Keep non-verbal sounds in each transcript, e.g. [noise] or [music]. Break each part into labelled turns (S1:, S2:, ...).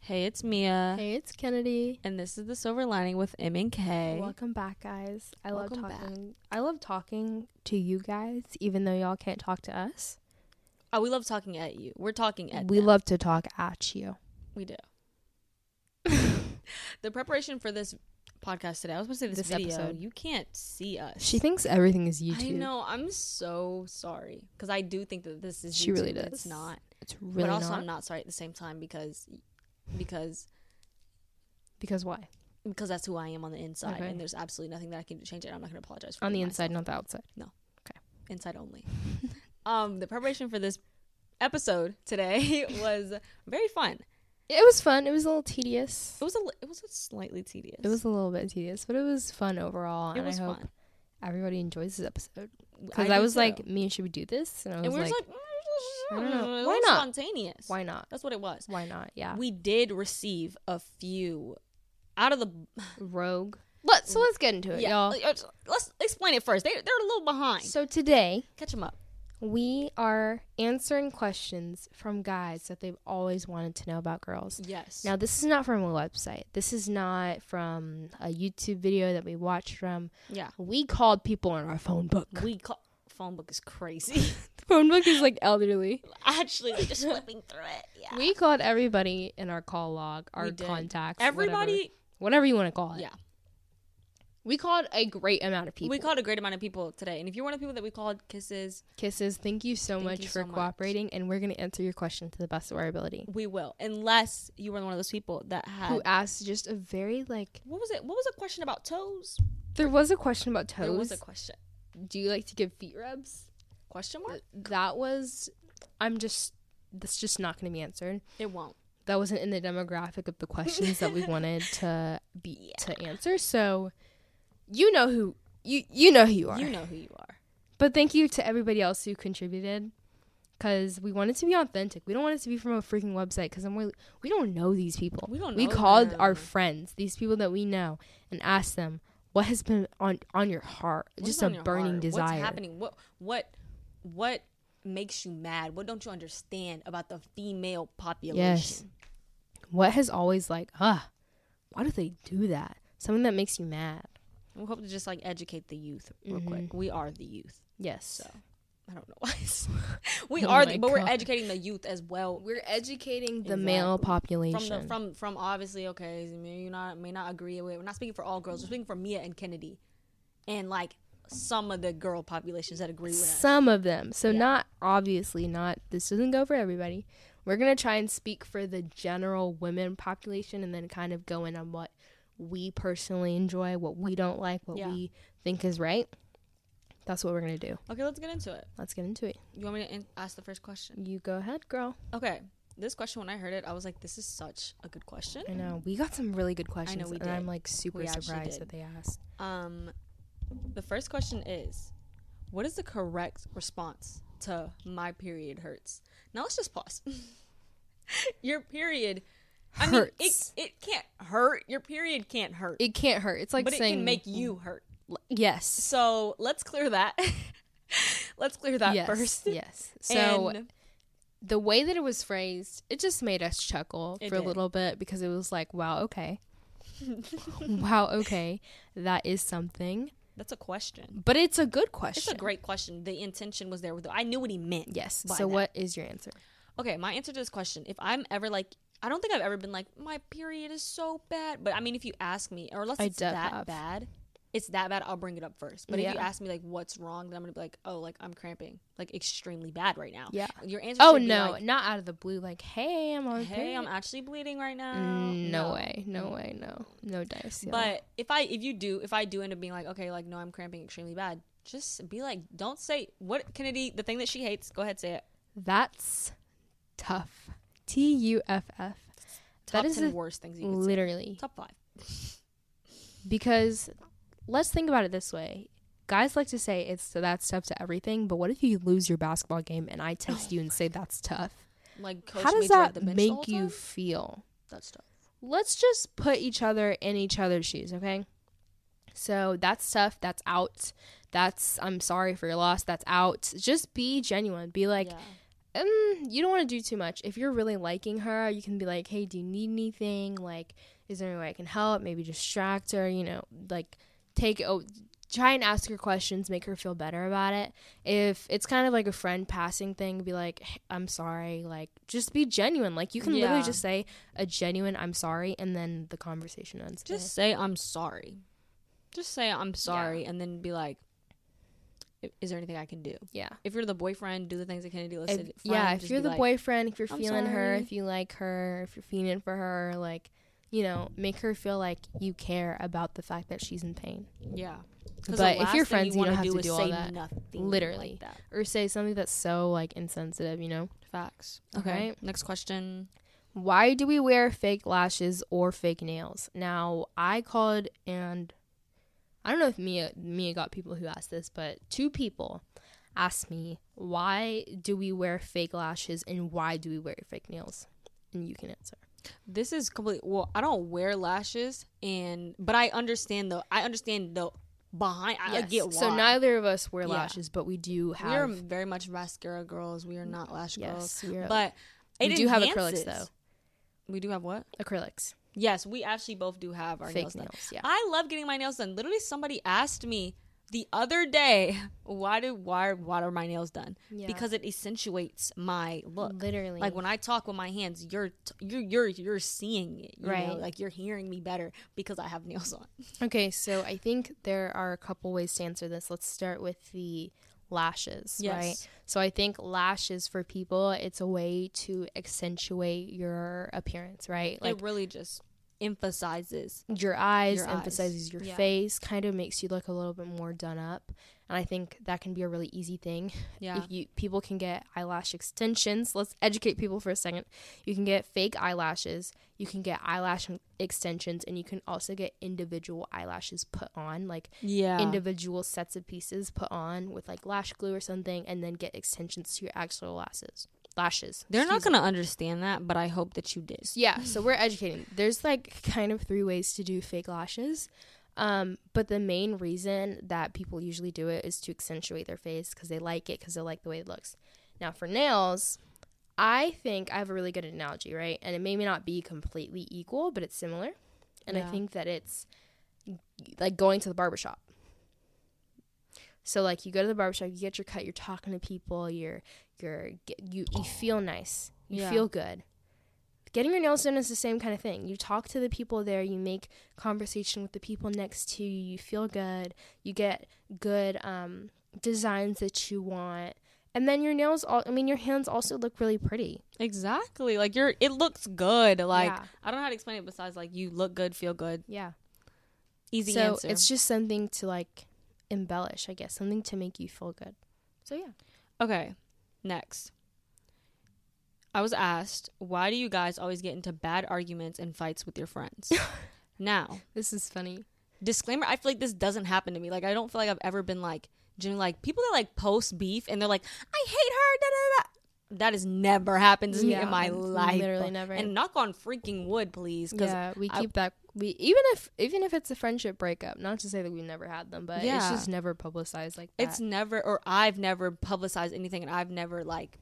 S1: Hey, it's Mia.
S2: Hey, it's Kennedy.
S1: And this is the Silver Lining with M and K.
S2: Welcome back, guys. I
S1: Welcome
S2: love
S1: back.
S2: talking. I love talking to you guys, even though y'all can't talk to us.
S1: Oh, we love talking at you. We're talking at
S2: we
S1: them.
S2: love to talk at you.
S1: we do. [laughs] the preparation for this podcast today. I was supposed to say this,
S2: This
S1: video.
S2: episode.
S1: You can't see us.
S2: She thinks everything is YouTube.
S1: I know. I'm so sorry because I do think that this is.
S2: She really
S1: YouTube, but It's
S2: does.
S1: not.
S2: It's really
S1: but also,
S2: not.
S1: I'm not sorry at the same time because because
S2: Because why?
S1: because that's who I am on the inside,
S2: Okay.
S1: and there's absolutely nothing that I can do to change it. I'm not going to apologize for
S2: On the
S1: being
S2: inside, not the outside.
S1: inside only. [laughs] um, the preparation for this episode today [laughs] was very fun.
S2: It was fun. It was a little tedious.
S1: It was a li- it was a slightly tedious.
S2: It was a little bit tedious, but it was fun overall.
S1: it
S2: and
S1: was
S2: I hope
S1: fun
S2: everybody enjoys this episode.
S1: I
S2: Because I,
S1: did
S2: was
S1: too.
S2: like, me and should we do this? And I was,
S1: and we were
S2: like,
S1: just like, [laughs]
S2: I don't know.
S1: it
S2: Why
S1: was
S2: not?
S1: Spontaneous.
S2: why not?
S1: That's what it was.
S2: Why not? Yeah.
S1: We did receive a few out of the
S2: Rogue. Let so let's get into it,
S1: yeah. uh,
S2: y'all.
S1: Let's explain it first. They they're a little behind.
S2: So today
S1: Catch them up.
S2: we are answering questions from guys that they've always wanted to know about girls.
S1: Yes.
S2: Now this is not from a website. This is not from a YouTube video that we watched from.
S1: yeah.
S2: We called people on our phone book.
S1: [laughs] We call phone book is
S2: [laughs]
S1: crazy.
S2: The phone book is like elderly.
S1: Actually, like,
S2: [laughs]
S1: just flipping through it. Yeah.
S2: We called everybody in our call log, our
S1: did.
S2: contacts,
S1: Everybody
S2: whatever, whatever you want to call it.
S1: Yeah.
S2: We called a great amount of people.
S1: We called a great amount of people today, and if you're one of the people that we called kisses,
S2: Kisses, thank you so
S1: Thank
S2: much
S1: you
S2: for
S1: so much.
S2: cooperating, and we're going to answer your question to the best of our ability.
S1: we will. Unless you were one of those people that had
S2: who asked just a very like
S1: what was it? What was a question about toes?
S2: there was a question about toes
S1: There was a question.
S2: do you like to give feet rubs
S1: Question mark?
S2: that was i'm just that's just not going to be answered
S1: It won't.
S2: that wasn't in the demographic of the questions that we
S1: [laughs]
S2: wanted to be to answer so you know who you you know who you are
S1: You know who you are.
S2: but thank you to everybody else who contributed because we want it to be authentic we don't want it to be from a freaking website because i'm really, we don't know these people
S1: We don't.
S2: we
S1: know
S2: called
S1: them.
S2: our friends, these people that we know, and asked them what has been on on your heart,
S1: What's
S2: just
S1: on
S2: a
S1: your
S2: burning
S1: heart?
S2: desire.
S1: What's happening? What what what makes you mad? What don't you understand about the female population?
S2: Yes. What has always like, ah, why do they do that? Something that makes you mad.
S1: And we hope to just like educate the youth real
S2: Mm-hmm.
S1: quick. We are the youth.
S2: Yes.
S1: So. I don't know why. [laughs] we
S2: Oh
S1: are,
S2: my
S1: the, but we're
S2: God.
S1: educating the youth as well.
S2: We're educating the male population.
S1: from the from from obviously okay you may not may not agree with we're not speaking for all girls we're speaking for Mia and Kennedy and like some of the girl populations that agree with us
S2: Some of them. So not obviously not this doesn't go for everybody. We're gonna try and speak for the general women population and then kind of go in on what we personally enjoy, what we don't like, what
S1: Yeah.
S2: we think is right. That's what we're gonna do.
S1: okay let's get into it
S2: Let's get into it.
S1: you want me to in- ask the first question
S2: You go ahead, girl.
S1: okay this question when I heard it I was like this is such a good question
S2: I know. We got some really good questions.
S1: we
S2: and I'm
S1: did.
S2: like super
S1: We actually
S2: surprised
S1: did.
S2: that they asked.
S1: um the first question is what is the correct response to my period hurts now let's just pause [laughs] your period I mean it,
S2: Hurts.
S1: it can't hurt your period can't hurt
S2: It can't hurt. It's like Mm.
S1: but it
S2: saying
S1: can make you hurt
S2: Yes.
S1: So let's clear that. [laughs] let's clear that
S2: yes.
S1: first.
S2: Yes. So
S1: And
S2: the way that it was phrased, it just made us chuckle
S1: It
S2: for
S1: did.
S2: a little bit because it was like,
S1: [laughs]
S2: wow, okay. wow, okay. That is something.
S1: that's a question.
S2: But it's a good question.
S1: It's a great question. The intention was there with I knew what he meant.
S2: yes.
S1: by
S2: So
S1: that.
S2: what is your answer?
S1: Okay, my answer to this question, if I'm ever like I don't think I've ever been like, my period is so bad. But I mean if you ask me, or unless
S2: I
S1: it's
S2: def
S1: that
S2: have.
S1: bad, it's that bad, I'll bring it up first. But if you
S2: Yeah.
S1: ask me like what's wrong, then I'm gonna be like, Oh, like I'm cramping, like extremely bad right now.
S2: Yeah.
S1: Your answer
S2: Oh
S1: should be
S2: no,
S1: like,
S2: not out of the blue like, "Hey, I'm on
S1: Hey, I'm actually bleeding right now.
S2: Mm, no, way. No way. No. No dice. y'all.
S1: But if I if you do if I do end up being like okay like no I'm cramping extremely bad just be like don't say what Kennedy the thing that she hates go ahead say it
S2: That's tough. T U F F.
S1: top
S2: That is
S1: ten
S2: the-
S1: worst things you can say
S2: Literally.
S1: top five
S2: Because let's think about it this way. Guys like to say it's that's tough to everything, but what if you lose your basketball game and I text you and say that's tough?
S1: like coach
S2: How does
S1: made you ride
S2: that
S1: the bench the whole
S2: make you
S1: time?
S2: feel?
S1: that's tough
S2: Let's just put each other in each other's shoes, okay? So that's tough, that's out. That's I'm sorry for your loss, that's out. Just be genuine. Be like
S1: yeah
S2: um, you don't want to do too much. If you're really liking her, you can be like, hey, do you need anything? Like, is there any way I can help? Maybe distract her, you know, like take oh try and ask her questions, make her feel better about it. If it's kind of like a friend passing thing, be like, "Hey, I'm sorry. Like, just be genuine. Like, you can
S1: Yeah.
S2: literally just say a genuine, I'm sorry, and then the conversation ends. there.
S1: Just say I'm sorry. Just say I'm sorry, and then be like, "I- "Is there anything I can do?"
S2: yeah.
S1: If you're the boyfriend, do the things that Kennedy
S2: If-
S1: listed. Friend,
S2: yeah, if
S1: just
S2: you're
S1: be
S2: the
S1: like,
S2: boyfriend, if you're
S1: "I'm
S2: feeling her,
S1: sorry."
S2: if you like her, if you're feeling for her, like, you know, make her feel like you care about the fact that she's in pain.
S1: yeah. 'Cause the
S2: But if
S1: last
S2: you're
S1: thing
S2: friends, you
S1: wanna
S2: don't have to
S1: is
S2: do all
S1: say
S2: that.
S1: Nothing like
S2: Literally.
S1: that.
S2: Or say something that's so, like, insensitive, you know?
S1: Facts.
S2: Okay.
S1: Next question.
S2: Why do we wear fake lashes or fake nails? Now, I called and I don't know if Mia Mia got people who asked this, but two people asked me, "Why do we wear fake lashes and why do we wear fake nails?" And you can answer.
S1: This is complete. Well, I don't wear lashes, and but I understand though. I understand the behind. I get why.
S2: So neither of us wear
S1: Yeah.
S2: lashes, but we do
S1: we are
S2: have
S1: very much mascara girls. We are not lash girls.
S2: yes, we are-
S1: But
S2: we
S1: it
S2: do have
S1: enhances.
S2: acrylics though.
S1: We do have what?
S2: Acrylics,
S1: Yes, we actually both do have our
S2: fake
S1: nails
S2: nails.
S1: done.
S2: yeah.
S1: I love getting my nails done. Literally, somebody asked me the other day, [laughs] "Why do why why are my nails done?"
S2: Yeah.
S1: Because it accentuates my look.
S2: literally,
S1: Uh, Like when I talk with my hands, you're t- you're you're you're seeing it, you know?
S2: Right.
S1: Like you're hearing me better because I have nails on.
S2: Okay, so I think there are a couple ways to answer this. Let's start with the lashes,
S1: Yes.
S2: right? So I think lashes for people, it's a way to accentuate your appearance, right? Like
S1: it really just emphasizes.
S2: your eyes,
S1: Your eyes.
S2: emphasizes your
S1: Yeah.
S2: face, kind of makes you look a little bit more done up. And I think that can be a really easy thing. [laughs]
S1: Yeah.
S2: If you people can get eyelash extensions, let's educate people for a second. You can get fake eyelashes, you can get eyelash extensions, and you can also get individual eyelashes put on, like
S1: Yeah.
S2: individual sets of pieces put on with like lash glue or something and then get extensions to your actual lashes lashes
S1: They're not
S2: Excuse me.
S1: going to understand that, but I hope that you did.
S2: yeah so we're educating there's like kind of three ways to do fake lashes um, but the main reason that people usually do it is to accentuate their face because they like it because they like the way it looks now for nails i think i have a really good analogy right and it may not be completely equal but it's similar and
S1: Yeah.
S2: i think that it's like going to the barbershop so like you go to the barbershop, you get your cut, you're talking to people, you're you're get, you you feel nice, you
S1: Yeah.
S2: feel good. Getting your nails done is the same kind of thing. You talk to the people there, you make conversation with the people next to you, you feel good, you get good um, designs that you want, and then your nails. All I mean, your hands also look really pretty.
S1: Exactly. Like you're it looks good. Like
S2: Yeah.
S1: I don't know how to explain it besides like you look good, feel good.
S2: Yeah.
S1: Easy
S2: so
S1: answer.
S2: it's just something to like embellish, I guess, something to make you feel good. So yeah.
S1: okay. Next. I was asked, why do you guys always get into bad arguments and fights with your [laughs] friends? now,
S2: This is funny.
S1: disclaimer, I feel like this doesn't happen to me. Like I don't feel like I've ever been like genuinely like people that like post beef and they're like, I hate her, da da da. That has never happened to me
S2: Yeah,
S1: in my
S2: it's
S1: life.
S2: literally never.
S1: And knock on freaking wood, please. Because
S2: yeah we
S1: I-
S2: keep that we even if even if it's a friendship breakup not to say that we've never had them but it's
S1: Yeah.
S2: just never publicized like that
S1: It's never, or I've never publicized anything, and I've never like.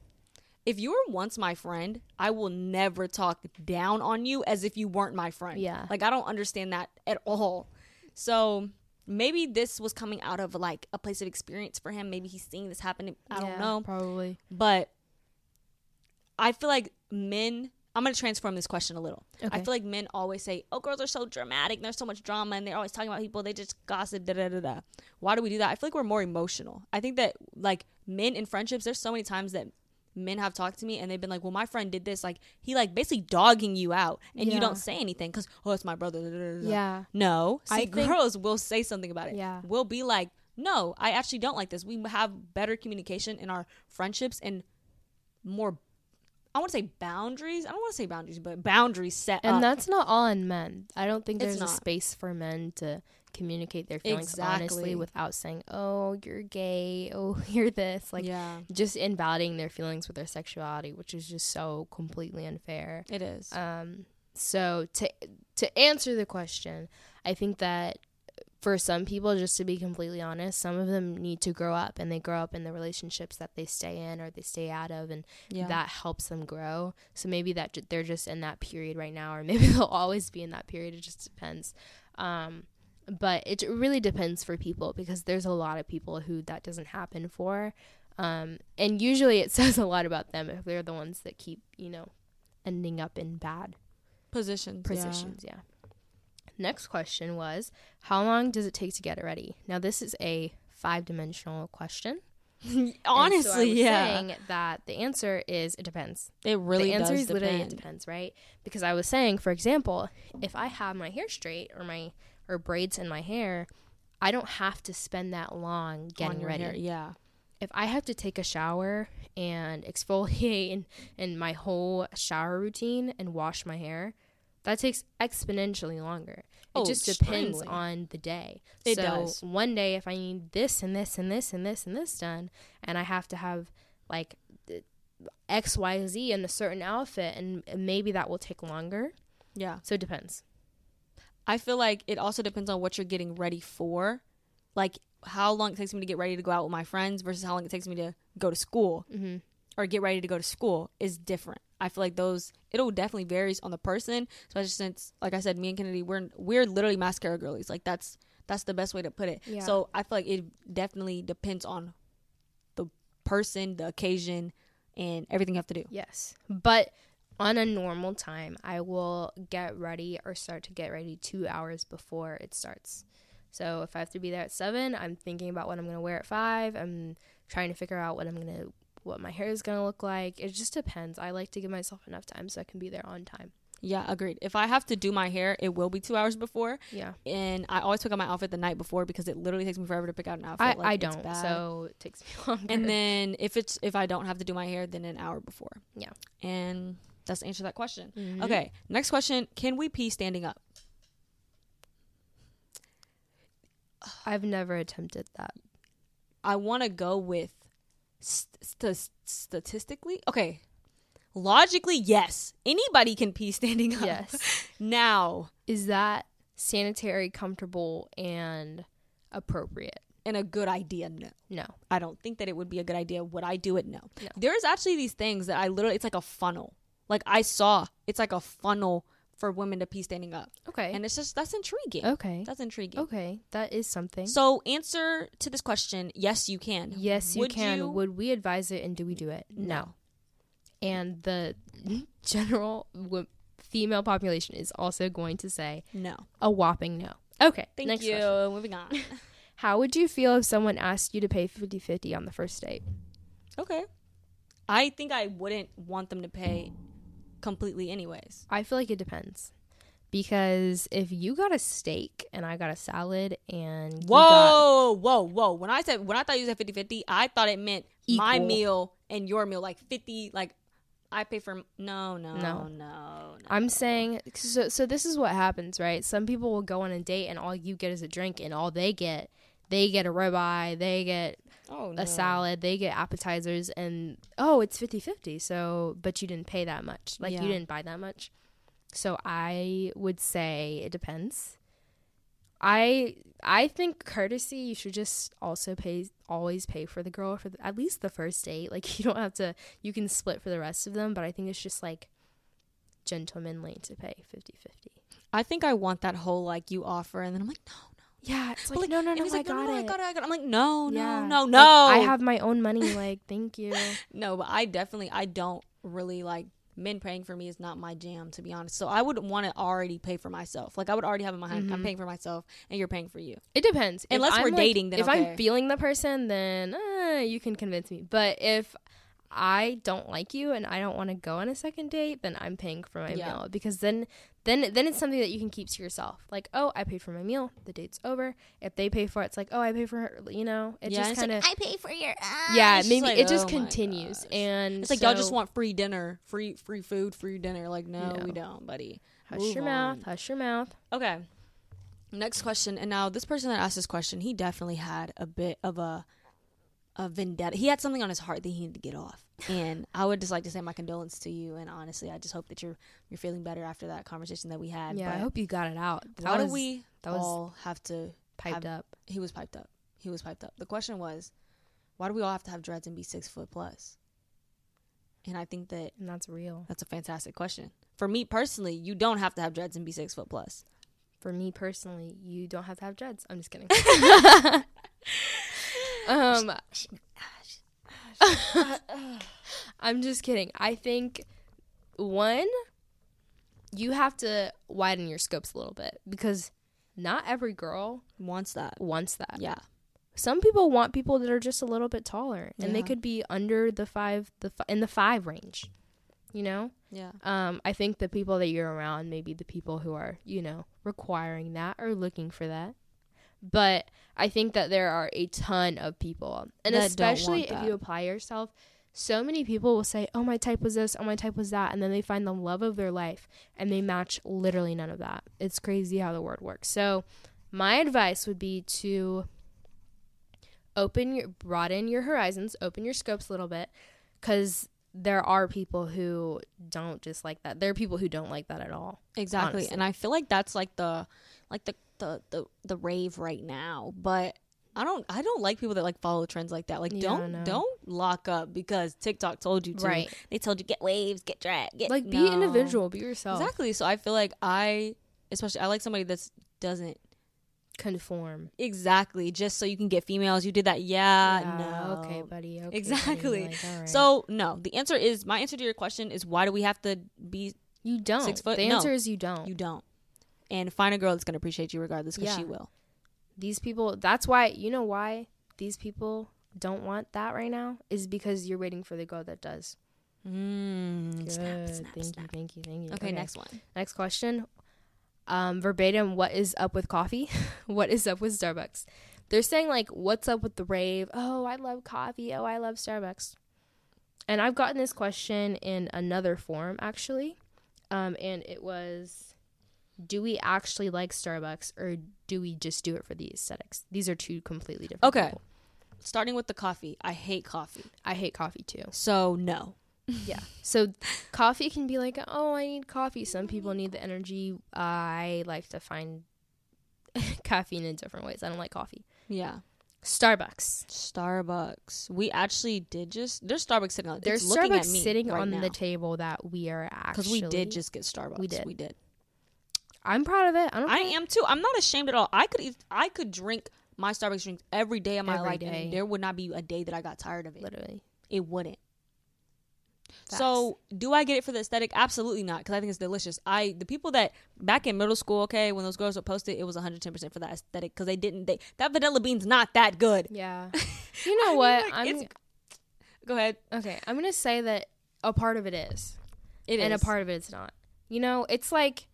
S1: If you were once my friend, I will never talk down on you as if you weren't my friend.
S2: Yeah.
S1: like I don't understand that at all. So maybe this was coming out of like a place of experience for him. Maybe he's seeing this happen. I
S2: Yeah,
S1: don't know,
S2: probably
S1: but I feel like men. I'm gonna transform this question a little. I
S2: Okay.
S1: feel like men always say, "Oh, girls are so dramatic. and There's so much drama, and they're always talking about people. They just gossip." Da da da da. Why do we do that? I feel like we're more emotional. I think that like men in friendships, there's so many times that men have talked to me and they've been like, "Well, my friend did this. Like he like basically dogging you out, and you
S2: Yeah.
S1: don't say anything because oh, it's my brother." da, da, da, da."
S2: yeah
S1: No, see,
S2: I think-
S1: girls will say something about it.
S2: Yeah.
S1: we'll be like, uh, "No, I actually don't like this." We have better communication in our friendships and more. I want to say boundaries. I don't want to say boundaries, but boundaries set
S2: and
S1: up.
S2: that's not all in men i don't think
S1: It's
S2: there's a
S1: not.
S2: space for men to communicate their feelings
S1: Exactly.
S2: honestly without saying oh you're gay oh [laughs] you're this like
S1: yeah,
S2: just invalidating their feelings with their sexuality which is just so completely unfair
S1: it
S2: uh,
S1: is.
S2: Um, so to to answer the question, I think that for some people, just to be completely honest, some of them need to grow up and they grow up in the relationships that they stay in or they stay out of, and
S1: Yeah.
S2: that helps them grow. So maybe that ju- they're just in that period right now, or [laughs] maybe they'll always be in that period. It just depends. Um, but it really depends for people because there's a lot of people who that doesn't happen for. Um, and usually it [laughs] says a lot about them if they're the ones that keep, you know, ending up in bad
S1: Positions. yeah. [laughs]
S2: positions. Yeah. Next question was How long does it take to get it ready? Now, this is a five dimensional question. And
S1: Honestly,
S2: so I was
S1: yeah.
S2: Saying that the answer is it depends.
S1: it really
S2: the answer
S1: does
S2: is literally it
S1: depend.
S2: depends, right? Because I was saying, for example, if I have my hair straight or my or braids in my hair, I don't have to spend that long
S1: on
S2: getting
S1: your
S2: ready.
S1: hair. Yeah.
S2: If I have to take a shower and exfoliate [laughs] and, and my whole shower routine and wash my hair, that takes exponentially longer. It
S1: Oh,
S2: just depends
S1: extremely.
S2: on the day.
S1: It
S2: so
S1: does.
S2: one day if I need this and this and this and this and this done and I have to have like th- XYZ in a certain outfit and maybe that will take longer.
S1: Yeah.
S2: So it depends.
S1: I feel like it also depends on what you're getting ready for. Like how long it takes me to get ready to go out with my friends versus how long it takes me to go to school
S2: Mhm.
S1: or get ready to go to school is different. I feel like those it'll definitely varies on the person, especially since like I said, me and Kennedy we're we're literally mascara girlies. Like that's that's the best way to put it.
S2: Yeah.
S1: So I feel like it definitely depends on the person, the occasion, and everything you have to do.
S2: Yes. But on a normal time, I will get ready or start to get ready two hours before it starts. So if I have to be there at seven, I'm thinking about what I'm gonna wear at five. I'm trying to figure out what I'm gonna what my hair is gonna look like. It just depends. I like to give myself enough time so I can be there on time.
S1: Yeah, agreed. If I have to do my hair, it will be two hours before.
S2: Yeah.
S1: and I always pick out my outfit the night before because it literally takes me forever to pick out an outfit.
S2: I,
S1: Like,
S2: I
S1: it's
S2: don't,
S1: bad.
S2: so it takes me [laughs] longer.
S1: and then if it's if I don't have to do my hair, then an hour before.
S2: Yeah. Mm-hmm.
S1: and that's the answer to that question. Okay, next question: Can we pee standing up?
S2: I've never attempted
S1: [laughs]
S2: that.
S1: I want to go with st- st- statistically. Okay, logically, yes, anybody can pee standing up.
S2: Yes.
S1: now
S2: Is that sanitary, comfortable, and appropriate?
S1: and a good idea. No.
S2: No.
S1: I don't think that it would be a good idea. Would I do it? No.
S2: No.
S1: There is actually these things that I literally, it's like a funnel. Like I saw, it's like a funnel for women to pee standing up.
S2: Okay.
S1: And it's just, that's intriguing.
S2: okay.
S1: That's intriguing.
S2: Okay, that is something.
S1: So, answer to this question yes, you can.
S2: yes, you
S1: Would
S2: can.
S1: you-
S2: Would we advise it and do we do it? No. And the [laughs] general w- female population is also going to say
S1: No.
S2: a whopping no. Okay,
S1: Thank
S2: next
S1: you.
S2: question.
S1: [laughs] Moving on.
S2: How would you feel if someone asked you to pay 50 50 on the first date?
S1: okay. I think I wouldn't want them to pay completely, anyways.
S2: I feel like it depends. Because if you got a steak and I got a salad and you got-
S1: Whoa, whoa, whoa. When I said when I thought you said 50-50, I thought it meant my
S2: Equal.
S1: meal and your meal like 50 like I pay for no, no,
S2: No.
S1: no, no.
S2: I'm saying so so this is what happens, right? Some people will go on a date and all you get is a drink and all they get they get a ribeye, they get
S1: oh,
S2: a salad, they get appetizers and oh, it's 50/50. So, but you didn't pay that much. Like
S1: Yeah.
S2: you didn't buy that much. So, I would say it depends. I I think courtesy you should just also pay always pay for the girl for the, at least the first date. Like [laughs] you don't have to you can split for the rest of them, but I think it's just like gentlemanly to pay 50-50.
S1: I think I want that whole like you offer and then I'm like no.
S2: Yeah, it's
S1: But,
S2: like, no no
S1: and
S2: no,
S1: he's
S2: I,
S1: like,
S2: got
S1: no, no, no,
S2: it.
S1: I got it. I got it. I'm like no, no,
S2: Yeah.
S1: no,
S2: Like,
S1: no.
S2: I have my own [laughs] money like thank you.
S1: No, but I definitely I don't really like men paying for me is not my jam to be honest. So I would want to already pay for myself. Like I would already have in my hand I'm paying for myself and you're paying for you.
S2: It depends. If
S1: Unless we're
S2: like-
S1: dating, then
S2: if
S1: okay.
S2: I'm feeling the person, then uh, you can convince me. But if I don't like you and I don't want to go on a second date, then I'm paying for my
S1: Yeah.
S2: meal because then then then it's something that you can keep to yourself. Like, oh, I paid for my meal. The date's over. If they pay for it, it's like, oh, I pay for her. You know, it
S1: Yeah,
S2: just
S1: it's like, "Ah!"
S2: kind of
S3: I pay for
S1: uh,
S3: your.
S2: yeah.
S1: it's just
S2: Maybe
S1: like,
S2: it just
S1: oh my
S2: continues,
S1: gosh.
S2: and
S1: It's like y'all just
S2: so-
S1: want free dinner, free free food, free dinner. Like no,
S2: No.
S1: we don't, buddy.
S2: hush
S1: Move
S2: your
S1: on.
S2: mouth, hush your mouth.
S1: Okay. Next question. And now this person that asked this question, he definitely had a bit of a a vendetta. He had something on his heart that he needed to get off.
S2: [laughs]
S1: And I would just like to say my condolence to you and honestly, I just hope that you're you're feeling better after that conversation that we had.
S2: Yeah, I
S1: But
S2: hope you got it out. That
S1: why do
S2: was-
S1: we
S2: that was-
S1: all have to
S2: piped
S1: I've-
S2: up.
S1: He was piped up. He was piped up. The question was, why do we all have to have dreads and be six foot plus? And I think that
S2: And that's real.
S1: that's a fantastic question. For me personally, you don't have to have dreads and be six foot plus.
S2: For me personally, you don't have to have dreads. I'm just kidding. um, [laughs] I'm just kidding. I think one, you have to widen your scopes a little bit because not every girl
S1: Wants that.
S2: wants that.
S1: Yeah.
S2: Some people want people that are just a little bit taller, and they
S1: Yeah.
S2: could be under the five, the fi- in the five range. You know,
S1: Yeah.
S2: um, I think the people that you're around, maybe the people who are, you know, requiring that or looking for that. But I think that there are a ton of people, and
S1: That don't
S2: especially
S1: want
S2: if
S1: that.
S2: you apply yourself, so many people will say, "Oh, my type was this. Oh, my type was that," and then they find the love of their life, and they match literally none of that. It's crazy how the world works. So, my advice would be to open your broaden your horizons, open your scopes a little bit, because there are people who don't just like that. There are people who don't like that at all.
S1: Exactly.
S2: honestly.
S1: And I feel like that's like the like the, the the the rave right now. But I don't I don't like people that like follow trends like that. Like
S2: Yeah, I
S1: don't
S2: know.
S1: don't lock up because TikTok told you to.
S2: Right.
S1: They told you get waves, get drag, get
S2: Like, be
S1: No.
S2: individual, be yourself,
S1: Exactly. So I feel like I especially I like somebody that doesn't
S2: conform.
S1: exactly just so you can get females. You did that. Yeah.
S2: Yeah,
S1: Uh, no.
S2: okay, buddy. Okay, buddy.
S1: Exactly.
S2: Like, all right.
S1: So no, the answer is my answer to your question is why do we have to be
S2: you don't.
S1: six foot?
S2: the
S1: No.
S2: answer is you don't.
S1: you don't. And find a girl that's gonna appreciate you regardless, because she
S2: Yeah.
S1: will.
S2: These people. That's why you know why these people don't want that right now is because you're waiting for the girl that does.
S1: Mm,
S2: Good.
S1: snap, snap,
S2: thank
S1: snap.
S2: you. Thank you. Thank you.
S1: Okay, next one.
S2: Next question. Um, verbatim, what is up with coffee? [laughs] what is up with Starbucks? They're saying, like, what's up with the rave? Oh, I love coffee. Oh, I love Starbucks. And I've gotten this question in another form, actually. Um, and it was, do we actually like Starbucks or do we just do it for the aesthetics? These are two completely different.
S1: Okay.
S2: people.
S1: Starting with the coffee. I hate coffee.
S2: I hate coffee too.
S1: So no.
S2: Yeah. So coffee can be like, oh, I need coffee. Some people need the energy. I like to find [laughs] caffeine in different ways. I don't like coffee.
S1: Yeah.
S2: Starbucks.
S1: Starbucks. We actually did just there's Starbucks sitting on
S2: There's
S1: it's looking
S2: Starbucks
S1: at me
S2: sitting
S1: right
S2: on
S1: now.
S2: the table that we are
S1: because
S2: actually.
S1: we did just get Starbucks.
S2: did.
S1: We did.
S2: I'm proud of it. I don't.
S1: I am too. I'm not ashamed at all. I could eat, I could drink my Starbucks drinks every day of my
S2: Every
S1: life,
S2: day.
S1: and there would not be a day that I got tired of it.
S2: [laughs] literally.
S1: It wouldn't. So, do I get it for the aesthetic? Absolutely not, because I think it's delicious. I the people that back in middle school, okay, when those girls would post it, it was 110 percent for that aesthetic because they didn't. They that vanilla bean's not that good. [laughs]
S2: yeah. You know
S1: mean,
S2: what?
S1: like,
S2: I'm
S1: it's- Go ahead.
S2: okay. I'm gonna say that a part of it is.
S1: It is
S2: and a part of it it's not. You know, it's like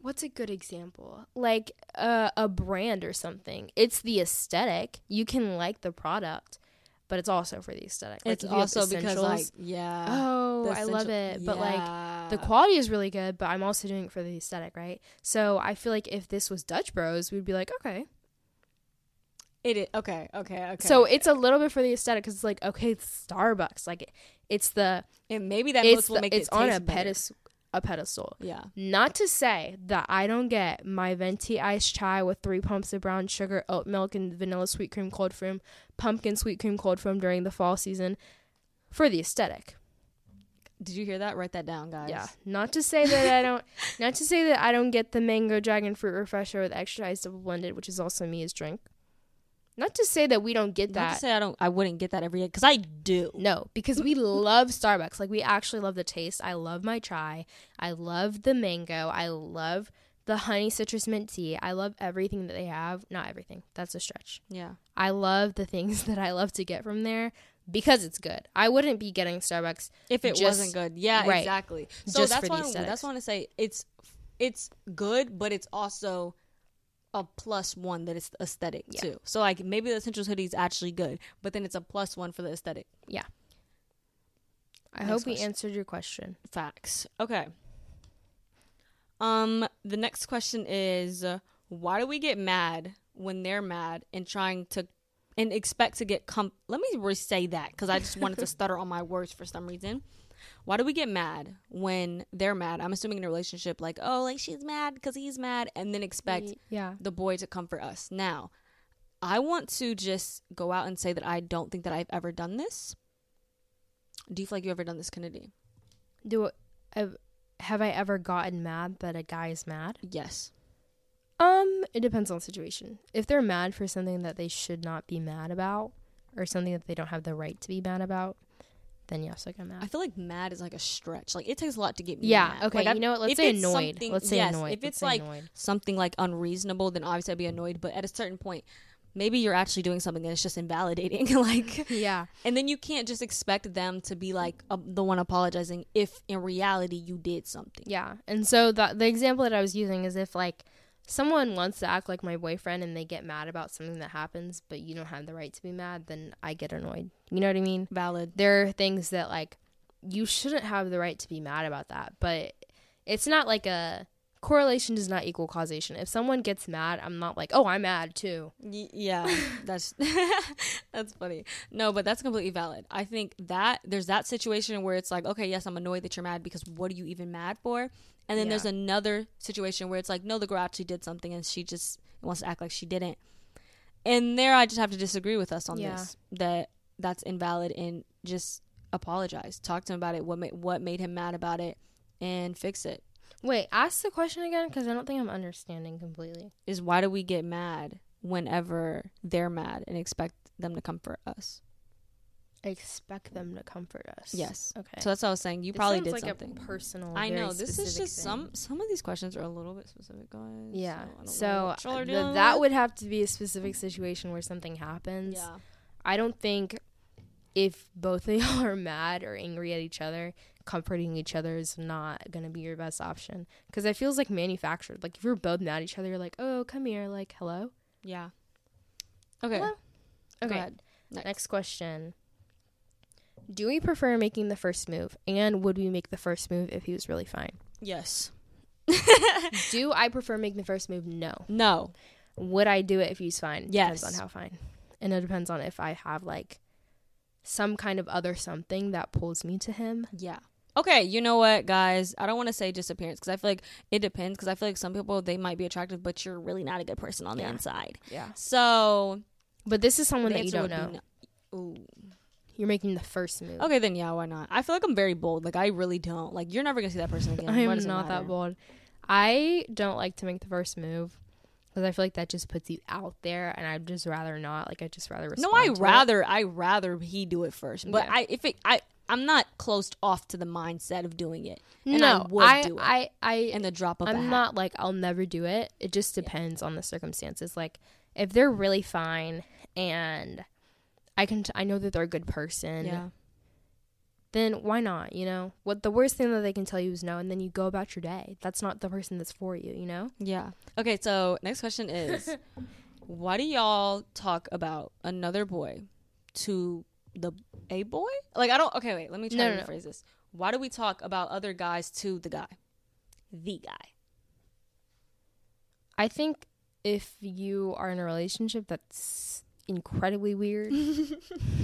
S2: what's a good example? Like uh, a brand or something. It's the aesthetic. You can like the product, but it's also for the aesthetic. Like
S1: It's
S2: if you have
S1: also because like
S2: essentials,
S1: yeah,
S2: oh,
S1: the
S2: I love
S1: essential-
S2: it, but like the
S1: yeah.
S2: quality is really good, but I'm also doing it for the aesthetic, right? So I feel like if this was Dutch Bros, we'd be like, okay.
S1: it is okay, okay, okay.
S2: So it's a little bit for the aesthetic because it's like, okay, it's Starbucks, like it, it's the
S1: and maybe that
S2: it's
S1: notes
S2: the,
S1: will make
S2: it's
S1: it
S2: on
S1: taste
S2: a
S1: better.
S2: pedestal, a pedestal.
S1: Yeah,
S2: Not to say that I don't get my venti iced chai with three pumps of brown sugar, oat milk, and vanilla sweet cream cold foam, pumpkin sweet cream cold foam during the fall season for the aesthetic.
S1: did you hear that? Write that down, guys.
S2: Yeah. Not to say that I don't [laughs] not to say that I don't get the mango dragon fruit refresher with extra ice double blended, which is also Mia's drink. Not to say that we don't get
S1: Not
S2: that.
S1: to say I don't, I wouldn't get that every day because I do.
S2: No, because we love Starbucks. Like we actually love the taste. I love my chai. I love the mango. I love the honey citrus mint tea. I love everything that they have. Not everything. That's a stretch.
S1: Yeah,
S2: I love the things [laughs] that I love to get from there because it's good. I wouldn't be getting Starbucks.
S1: if it
S2: Just-
S1: wasn't good, yeah,
S2: right.
S1: exactly. So
S2: Just
S1: that's
S2: for the
S1: why
S2: aesthetics.
S1: that's why I want to say it's it's good, but it's also a plus one that it's aesthetic too. So like maybe the essentials hoodie is actually good, but then it's a plus one for the aesthetic.
S2: I
S1: Next
S2: hope we
S1: question.
S2: answered your question.
S1: Facts. Okay. Um, the next question is uh, why do we get mad when they're mad and trying to and expect to get com let me re say that because I just wanted to stutter on my words for some reason. Why do we get mad when they're mad? I'm assuming in a relationship, like, oh, like she's mad because he's mad, and then expect
S2: Yeah.
S1: the boy to comfort us. Now, I want to just go out and say that I don't think that I've ever done this. Do you feel like you ever done this, Kennedy?
S2: Do have, have I ever gotten mad that a guy is mad?
S1: Yes.
S2: Um, it depends on the situation. If they're mad for something that they should not be mad about, or something that they don't have the right to be mad about, then yes, I get
S1: I
S2: mad.
S1: feel like mad is like a stretch. Like it takes a lot to get me.
S2: Yeah.
S1: mad.
S2: Okay.
S1: Like, I'm-
S2: you know
S1: if
S2: what? Let's say
S1: it's
S2: annoyed.
S1: something-
S2: Let's say
S1: yes,
S2: annoyed.
S1: If
S2: Let's
S1: it's
S2: say
S1: like
S2: annoyed.
S1: something like unreasonable, then obviously I'd be annoyed. But at a certain point, maybe you're actually doing something and it's just invalidating. [laughs] like,
S2: yeah,
S1: and then you can't just expect them to be like uh, the one apologizing if in reality you did something.
S2: yeah. And so the the example that I was using is if like someone wants to act like my boyfriend and they get mad about something that happens, but you don't have the right to be mad, then I get annoyed. You know what I mean?
S1: Valid.
S2: There are things that like you shouldn't have the right to be mad about that, but it's not like a correlation does not equal causation. If someone gets mad, I'm not like, "Oh, I'm mad too."
S1: Y- yeah, that's [laughs] that's funny. No, but that's completely valid. I think that there's that situation where it's like, okay, yes, I'm annoyed that you're mad because what are you even mad for? And then
S2: Yeah.
S1: there's another situation where it's like, no, the girl actually did something and she just wants to act like she didn't. And there, I just have to disagree with us on
S2: Yeah.
S1: this that that's invalid and just apologize, talk to him about it, what ma- what made him mad about it, and fix it.
S2: Wait, ask the question again because I don't think I'm understanding completely.
S1: Is why do we get mad whenever they're mad and expect them to comfort us?
S2: I expect them to comfort us.
S1: Yes.
S2: Okay.
S1: So that's what I was saying. You
S2: This
S1: probably
S2: sounds
S1: did
S2: like
S1: something.
S2: A personal.
S1: I
S2: very
S1: know. This is
S2: specific
S1: just
S2: thing.
S1: some. Some of these questions are a little bit specific, guys.
S2: Yeah.
S1: I don't know
S2: So
S1: what y'all are
S2: th-
S1: dealing
S2: that
S1: with.
S2: would have to be a specific situation where something happens.
S1: Yeah.
S2: I don't think if both of [laughs] y'all are mad or angry at each other, comforting each other is not going to be your best option because it feels like manufactured. Like if you're both mad at each other, you're like, "Oh, come here," like, "Hello."
S1: Yeah. Okay.
S2: Hello?
S1: Go
S2: Okay.
S1: ahead.
S2: Next question. Do we prefer making the first move? And would we make the first move if he was really fine?
S1: Yes.
S2: Do I prefer making the first move? No.
S1: No.
S2: Would I do it if he's fine?
S1: Yes.
S2: Depends on how fine. And it depends on if I have like some kind of other something that pulls me to him.
S1: Yeah. Okay, you know what, guys? I don't want to say just appearance because I feel like it depends. Because I feel like some people they might be attractive, but you're really not a good person on the
S2: Yeah.
S1: inside.
S2: Yeah.
S1: So
S2: But this is someone
S1: the
S2: that you
S1: answer
S2: don't
S1: would be
S2: know.
S1: no. Ooh.
S2: You're making the first move.
S1: Okay, then yeah, why not? I feel like I'm very bold. Like I really don't. Like you're never gonna see that person
S2: [laughs]
S1: again.
S2: I
S1: Why
S2: am
S1: does it
S2: not
S1: matter?
S2: that bold. I don't like to make the first move because I feel like that just puts you out there, and I'd just rather not. Like I'd just rather respond.
S1: No, I
S2: to it.
S1: rather I rather he do it first. But
S2: Yeah.
S1: I if it I I'm not closed off to the mindset of doing it. And
S2: no,
S1: I would
S2: I,
S1: do it.
S2: I, I,
S1: and the drop of a
S2: I'm
S1: hat.
S2: not like I'll never do it. It just depends on the circumstances. Like if they're really fine and I can, t- I know that they're a good person.
S1: yeah.
S2: Then why not? You know what? The worst thing that they can tell you is no, and then you go about your day. That's not the person that's for you. You know.
S1: Yeah. Okay, so next question is
S2: [laughs]
S1: why do y'all talk about another boy to the a boy? Like I don't okay, wait, let me try
S2: No,
S1: to
S2: no, no.
S1: rephrase this. Why do we talk about other guys to the guy? The guy.
S2: I think if you are in a relationship that's
S1: [laughs]
S2: incredibly weird,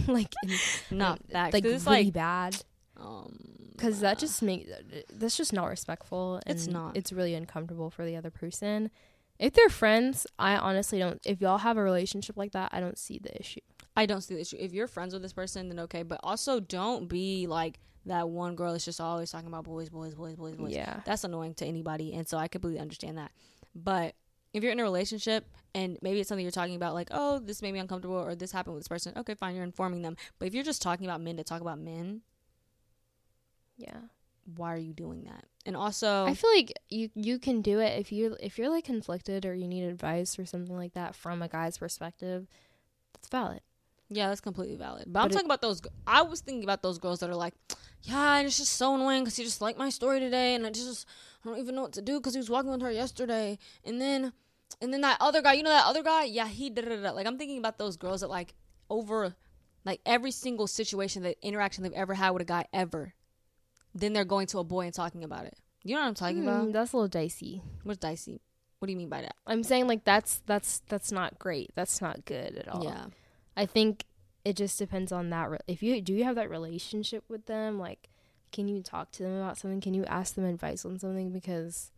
S2: like in-
S1: Not facts.
S2: Mm, like
S1: 'Cause
S2: really
S1: it's like
S2: bad,
S1: um
S2: because that just makes that's just not respectful. And
S1: It's not.
S2: It's really uncomfortable for the other person. If they're friends, I honestly don't. If y'all have a relationship like that, I don't see the issue.
S1: I don't see the issue. If you're friends with this person, then okay. But also, don't be like that one girl that's just always talking about boys, boys, boys, boys, boys.
S2: Yeah.
S1: That's annoying to anybody. And so I completely understand that. But if you're in a relationship and maybe it's something you're talking about, like, oh, this made me uncomfortable or this happened with this person, okay, fine, you're informing them. But if you're just talking about men to talk about men,
S2: Yeah,
S1: why are you doing that? And also,
S2: I feel like you you can do it if you if you're like conflicted or you need advice or something like that from a guy's perspective. That's valid.
S1: Yeah, that's completely valid. But, I'm
S2: But it-
S1: talking about those. I was thinking about those girls that are like, yeah, and it's just so annoying because he just liked my story today, and I just I don't even know what to do because he was walking with her yesterday, and then and then that other guy, you know that other guy, yeah, he da da da. Like I'm thinking about those girls that like over like every single situation, the interaction they've ever had with a guy ever, then they're going to a boy and talking about it. You know what I'm talking
S2: Mm,
S1: about?
S2: that's a little dicey.
S1: What's dicey? What do you mean by that?
S2: I'm saying like that's that's that's not great. That's not good at all.
S1: Yeah,
S2: I think it just depends on that. Re- if you do you have that relationship with them, like, can you talk to them about something? Can you ask them advice on something? Because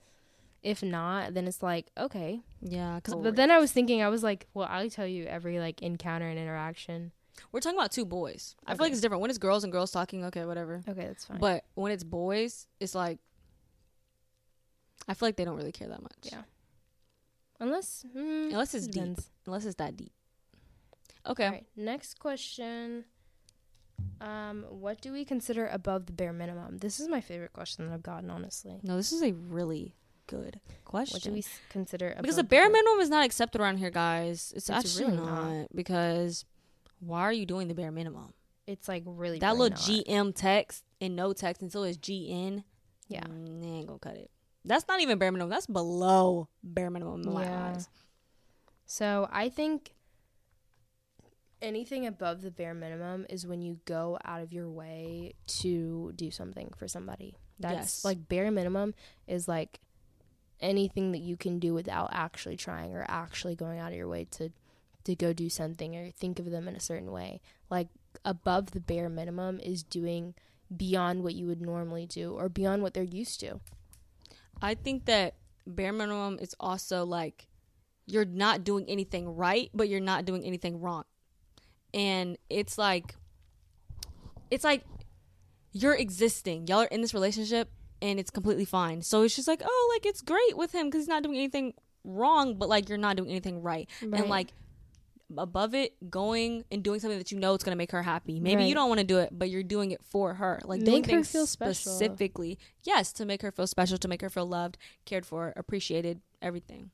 S2: If not, then it's like, okay.
S1: Yeah, because
S2: But then I was thinking, I was like, well, I tell you every like encounter and interaction.
S1: we're talking about two boys. I feel
S2: Okay.
S1: like it's different. When it's girls and girls talking, okay, whatever.
S2: Okay, that's fine.
S1: But when it's boys, it's like I feel like they don't really care that much.
S2: Yeah. unless mm,
S1: Unless it's deep.
S2: depends.
S1: Unless it's that deep. Okay.
S2: All right, next question. Um, what do we consider above the bare minimum? This is my favorite question that I've gotten, honestly.
S1: No, this is a really good question.
S2: What do we s- consider above
S1: because the bare
S2: minimum?
S1: minimum is not accepted around here, guys. It's,
S2: It's
S1: actually
S2: really
S1: not,
S2: not.
S1: because why are you doing the bare minimum?
S2: It's like really
S1: That
S2: really
S1: little
S2: not.
S1: GM text and no text until it's GN.
S2: Yeah.
S1: mm, they ain't gonna cut it. That's not even bare minimum. That's below bare minimum. In my
S2: Yeah.
S1: eyes.
S2: So I think anything above the bare minimum is when you go out of your way to do something for somebody. That's
S1: Yes.
S2: like bare minimum is like anything that you can do without actually trying or actually going out of your way to to go do something or think of them in a certain way. Like above the bare minimum is doing beyond what you would normally do or beyond what they're used to.
S1: I think that bare minimum is also like you're not doing anything right, but you're not doing anything wrong. And it's like it's like you're existing. Y'all are in this relationship and it's completely fine. So it's just like, oh, like it's great with him cuz he's not doing anything wrong, but like you're not doing anything right.
S2: Right.
S1: And like above it going and doing something that you know it's going to make her happy. Maybe
S2: Right.
S1: you don't want to do it, but you're doing it for her. Like doing
S2: Make her
S1: things
S2: feel special.
S1: specifically. Yes, to make her feel special, to make her feel loved, cared for, appreciated, everything.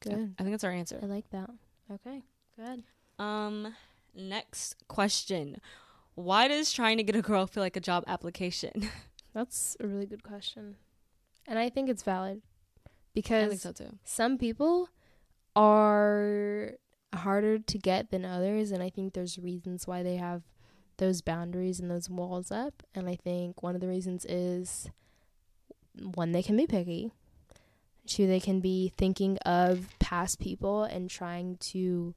S2: Good.
S1: I think that's our answer.
S2: I like that. Okay. Good.
S1: Um next question. Why does trying to get a girl feel like a job
S2: [laughs]
S1: application?
S2: That's a really good question. And I think it's valid
S1: I
S2: because
S1: think so too.
S2: some people are harder to get than others. And I think there's reasons why they have those boundaries and those walls up. And I think one of the reasons is one, they can be picky, two, they can be thinking of past people and trying to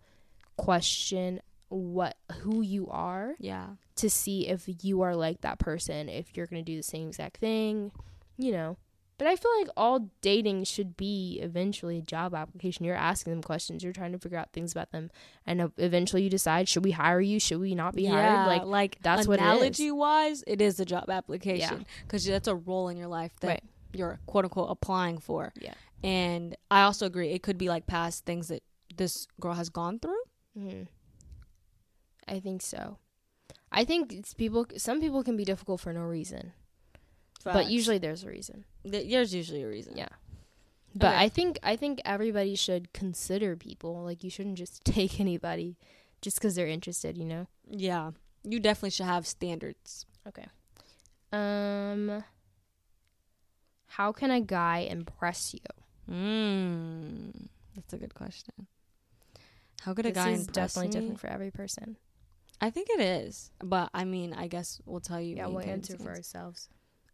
S2: question what who you are
S1: Yeah.
S2: to see if you are like that person, if you're going to do the same exact thing, you know. But I feel like all dating should be eventually a job application. You're asking them questions, you're trying to figure out things about them, and uh, eventually you decide should we hire you, should we not be hired? Like, that's what it is.
S1: analogy wise, it is a job application because that's a role in your life that
S2: Right.
S1: you're quote unquote applying for.
S2: Yeah.
S1: and I also agree it could be like past things that this girl has gone through.
S2: mhm. I think so. I think it's people. Some people can be difficult for no reason, but usually there's a reason.
S1: Th- there's usually a reason.
S2: Yeah. But
S1: Okay.
S2: I think I think everybody should consider people. Like you shouldn't just [laughs] take anybody just because they're interested. You know.
S1: yeah, you definitely should have standards.
S2: Okay. Um. How can a guy impress you?
S1: Mm, that's a good question. How could a
S2: this
S1: guy
S2: is
S1: impress
S2: definitely
S1: me?
S2: different for every person.
S1: I think it is, but I mean, I guess we'll tell you.
S2: Yeah,
S1: when you
S2: we'll
S1: can
S2: answer for ourselves.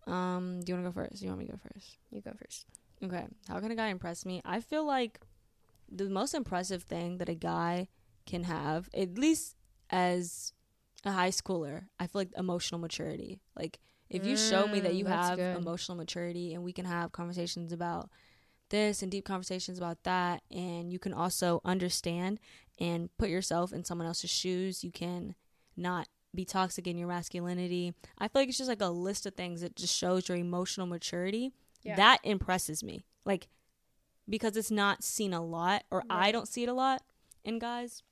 S1: Um, do you want to go first? You want me to go first?
S2: You go first.
S1: Okay. How can a guy impress me? I feel like the most impressive thing that a guy can have, at least as a high schooler, I feel like emotional maturity. Like if you show me that
S2: Mm,
S1: you
S2: that's
S1: have
S2: good.
S1: emotional maturity and we can have conversations about this and deep conversations about that and you can also understand and put yourself in someone else's shoes, you can not be toxic in your masculinity. I feel like it's just like a list of things that just shows your emotional maturity
S2: Yeah.
S1: that impresses me like because it's not seen a lot or i
S2: Right.
S1: don't see it a lot in guys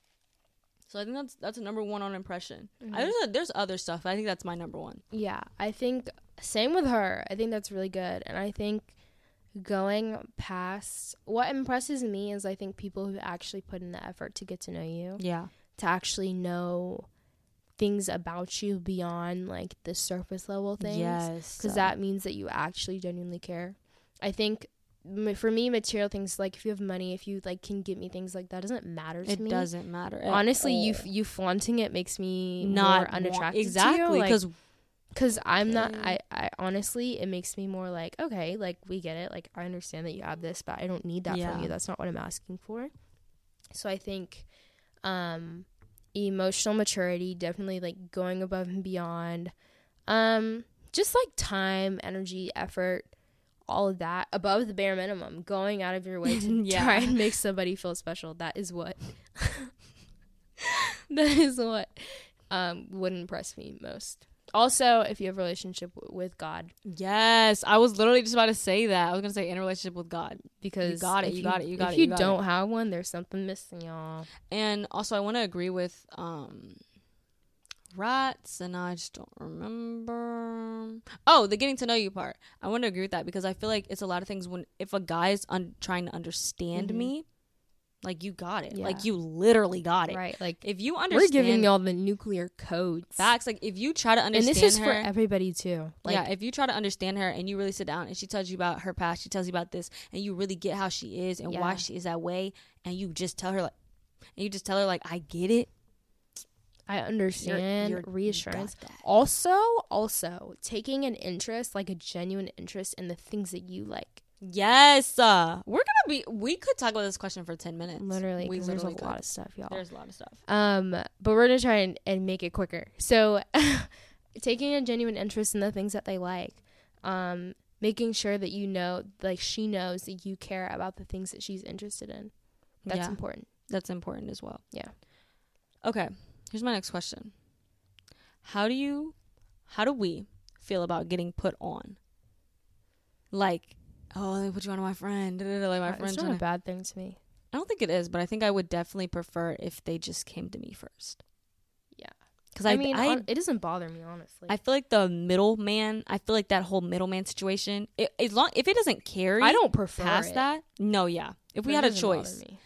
S1: so i think that's that's a number one on impression I, there's, a, there's other stuff but i think that's my number one
S2: Mm-hmm. Yeah, I think same with her. I think that's really good. And I think going past what impresses me is I think people who actually put in the effort to get to know you,
S1: yeah
S2: to actually know things about you beyond like the surface level things
S1: yes
S2: because that means that you actually genuinely care. I think m- for me, material things like if you have money, if you like can get me things like that, doesn't matter to
S1: it
S2: me.
S1: doesn't matter at
S2: Honestly, you
S1: all.
S2: f- you flaunting it makes me
S1: not
S2: more
S1: want-
S2: unattracted. to you,
S1: exactly
S2: like-
S1: because
S2: Cause I'm not.
S1: Okay.
S2: I, I honestly, it makes me more like, okay, like we get it. Like I understand that you have this, but I don't need that
S1: Yeah.
S2: from you. That's not what I'm asking for. So I think, um, emotional maturity definitely like going above and beyond. Um, just like time, energy, effort, all of that above the bare minimum, going out of your way to
S1: [laughs] Yeah.
S2: try and make somebody feel special. That is what [laughs] that is what um, would impress me most. Also, if you have a relationship w- with God,
S1: Yes, I was literally just about to say that. I was gonna say in a relationship with God,
S2: because
S1: got it,
S2: if
S1: you got it, you got
S2: if
S1: it, you
S2: you
S1: got it.
S2: don't have one, there's something missing, y'all.
S1: and also I want to agree with um, rats, and I just don't remember. Oh, the getting to know you part. I want to agree with that because I feel like it's a lot of things when if a guy's un- trying to understand
S2: Mhm.
S1: me, like you got it,
S2: Yeah.
S1: like you literally got it.
S2: Right? Like
S1: If you
S2: we're
S1: understand
S2: giving y'all the nuclear codes,
S1: facts, like if you try to
S2: and
S1: understand
S2: this is
S1: her,
S2: for everybody too. Like,
S1: yeah, if you try to understand her and you really sit down and she tells you about her past, she tells you about this, and you really get how she is and
S2: Yeah.
S1: why she is that way, and you just tell her like, and you just tell her like, I get it.
S2: I
S1: You're-
S2: understand
S1: you're- you got
S2: reassurance.
S1: that."
S2: Also, also taking an interest, like a genuine interest in the things that you like.
S1: Yes, uh, we're gonna be. We could talk about this question for ten minutes.
S2: Literally,
S1: we
S2: 'cause there's a
S1: literally
S2: lot
S1: could.
S2: of stuff, y'all.
S1: There's a lot of stuff.
S2: um, but we're gonna try and, and make it quicker. So, [laughs] taking a genuine interest in the things that they like, um, making sure that you know, like she knows that you care about the things that she's interested in. That's
S1: Yeah.
S2: important.
S1: That's important as well.
S2: Yeah.
S1: Okay. Here's my next question. How do you how do we feel about getting put on? Like, oh, they put you on to my friend. da, da, da, Like my
S2: Uh,
S1: friend's
S2: it's not
S1: on
S2: a bad thing to me.
S1: I don't think it is, but I think I would definitely prefer if they just came to me first.
S2: Yeah.
S1: Because I,
S2: I, mean,
S1: I,
S2: hon- it doesn't bother me honestly.
S1: I feel like the middleman. I feel like that whole middleman situation. It, as long if it doesn't carry,
S2: I don't prefer
S1: past
S2: it,
S1: that. No, yeah. If
S2: but
S1: we
S2: it
S1: had a
S2: doesn't bother
S1: choice,
S2: me.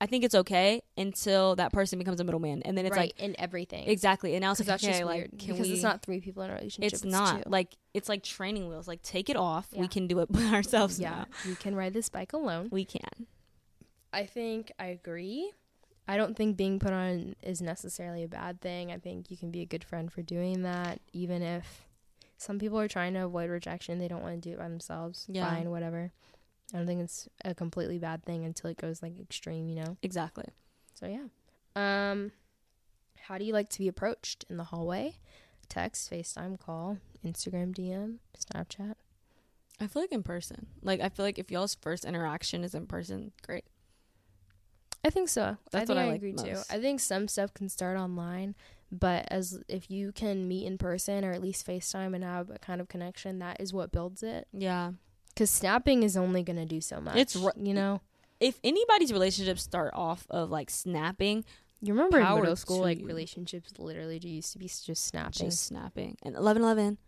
S1: I think it's okay until that person becomes a middleman, and then it's
S2: right
S1: like
S2: in everything.
S1: exactly. And now it's
S2: Because
S1: like,
S2: that's
S1: okay,
S2: just
S1: like
S2: weird.
S1: can
S2: because
S1: we?
S2: it's not three people in a relationship.
S1: it's not
S2: two.
S1: like it's like training wheels. Like take it off.
S2: Yeah.
S1: We can do it [laughs] by ourselves.
S2: yeah,
S1: now.
S2: you can ride this bike alone.
S1: we can.
S2: I think I agree. I don't think being put on is necessarily a bad thing. I think you can be a good friend for doing that, even if some people are trying to avoid rejection. They don't want to do it by themselves.
S1: Yeah.
S2: Fine, whatever. I don't think it's a completely bad thing until it goes like extreme, you know?
S1: Exactly.
S2: So, yeah. Um, how do you like to be approached in the hallway? Text, FaceTime, call, Instagram DM, Snapchat.
S1: I feel like in person. Like I feel like if y'all's first interaction is in person, great.
S2: I think so. I
S1: That's
S2: think
S1: what I
S2: I,
S1: like
S2: agree too.
S1: most.
S2: I think some stuff can start online, but as if you can meet in person or at least FaceTime and have a kind of connection, that is what builds it.
S1: Yeah.
S2: Because snapping is only going to do so much.
S1: It's ru-
S2: you know.
S1: If anybody's relationships start off of like snapping,
S2: You remember in
S1: Power
S2: middle school,
S1: to
S2: like
S1: you.
S2: relationships literally ju- used to be s- just snapping.
S1: just snapping and eleven eleven,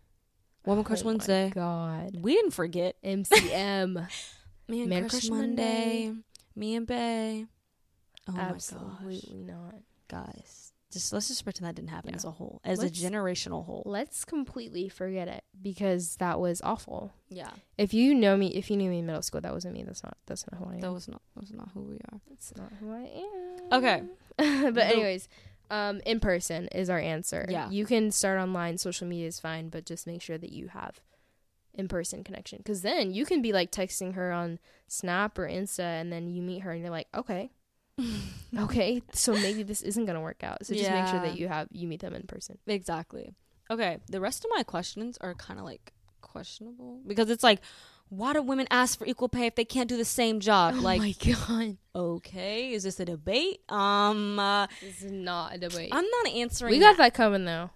S1: woman crush
S2: Oh my
S1: Wednesday.
S2: God.
S1: We didn't forget
S2: [laughs] MCM.
S1: man,
S2: Man
S1: crush,
S2: Crush
S1: Monday, me and Bay. Oh my gosh,
S2: Absolutely not.
S1: guys! Just let's just pretend that didn't happen
S2: Yeah.
S1: as a whole, as
S2: Let's-
S1: a generational whole.
S2: Let's completely forget it because that was awful.
S1: Yeah,
S2: If you know me, if you knew me in middle school, that wasn't me. That's not. That's not who I am.
S1: that was not that was not who we are.
S2: That's not who I am.
S1: Okay.
S2: [laughs] but
S1: The-
S2: anyways, um, in person is our answer.
S1: Yeah.
S2: You can start online. Social media is fine, but just make sure that you have in person connection because then you can be like texting her on Snap or Insta, and then you meet her and you're like, [laughs] okay, okay, so maybe this isn't gonna work out. So just make sure
S1: Yeah.
S2: that you have you meet them in person.
S1: Exactly. Okay, the rest of my questions are kind of like questionable because it's like, why do women ask for equal pay if they can't do the same job? like,
S2: god,
S1: okay, is this a debate? Um, uh,
S2: this is not a debate.
S1: I'm not answering.
S2: we got that coming though.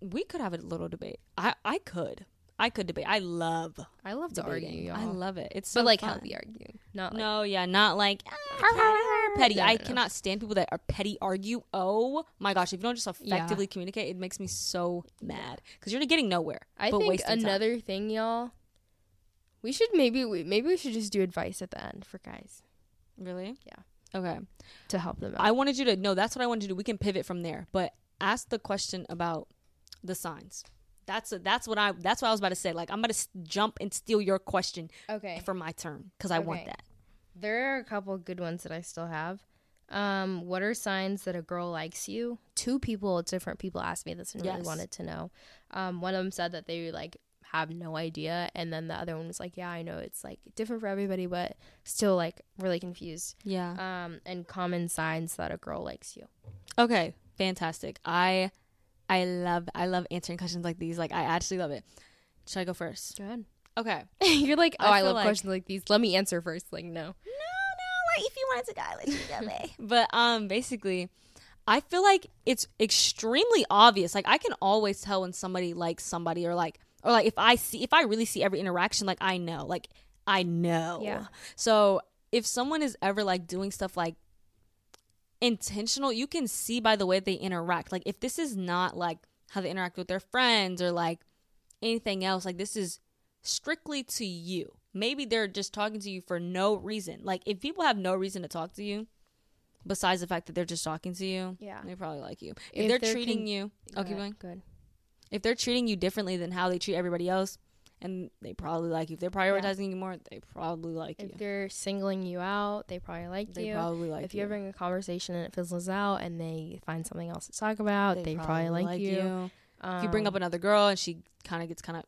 S1: that. We could have a little debate. I I could. I could debate. I love
S2: I love to argue,
S1: debating.
S2: y'all.
S1: I love it. It's so
S2: but like
S1: fun.
S2: healthy arguing, not like
S1: No, yeah, not like
S2: [laughs]
S1: ah, petty.
S2: No, no,
S1: I
S2: no.
S1: cannot stand people that are petty argue. Oh my gosh, if you don't just
S2: Yeah.
S1: effectively communicate, it makes me so mad because you're getting nowhere.
S2: I
S1: but
S2: think
S1: wasting time.
S2: another thing, y'all. We should maybe we maybe we should just do advice at the end for guys
S1: Really?
S2: Yeah.
S1: Okay.
S2: to help them out.
S1: I wanted you to no. That's what I wanted to do. We can pivot from there, but ask the question about the signs. That's a, that's what I that's what I was about to say. Like I'm gonna s- jump and steal your question
S2: okay,
S1: for my turn because I want
S2: Okay.
S1: that.
S2: there are a couple good ones that I still have. Um, what are signs that a girl likes you? Two people, different people, asked me this and really
S1: Yes.
S2: wanted to know. Um, one of them said that they like have no idea, and then the other one was like, "Yeah, I know it's like different for everybody, but still like really confused."
S1: Yeah.
S2: Um, and common signs that a girl likes you.
S1: Okay. Fantastic. I I love I love answering questions like these. Like I actually love it. Should I go first?
S2: Go ahead.
S1: Okay.
S2: You're like, oh,
S1: I
S2: I,
S1: feel
S2: love
S1: like-
S2: questions like these. Let me answer first. Like, no.
S1: No, no. Like if you wanted to die, let you go. [laughs] but um, basically, I feel like it's extremely obvious. Like I can always tell when somebody likes somebody, or like, or like if I see, if I really see every interaction, like I know, like I know.
S2: Yeah.
S1: So if someone is ever like doing stuff like intentional, you can see by the way they interact. Like if this is not like how they interact with their friends or like anything else, like this is strictly to you. Maybe they're just talking to you for no reason. Like if people have no reason to talk to you besides the fact that they're just talking to you,
S2: Yeah.
S1: they probably like you. If,
S2: If
S1: they're,
S2: they're
S1: treating
S2: con-
S1: you, okay, keep
S2: Good,
S1: going.
S2: Good.
S1: If they're treating you differently than how they treat everybody else, and they probably like you. If they're prioritizing you more, they probably like
S2: If
S1: you.
S2: they're singling you out, they probably like
S1: They
S2: you.
S1: probably like
S2: if you're having a conversation and it fizzles out and they find something else to talk about, they, probably, like, you.
S1: if you bring
S2: Um,
S1: up another girl and she kind of gets kind of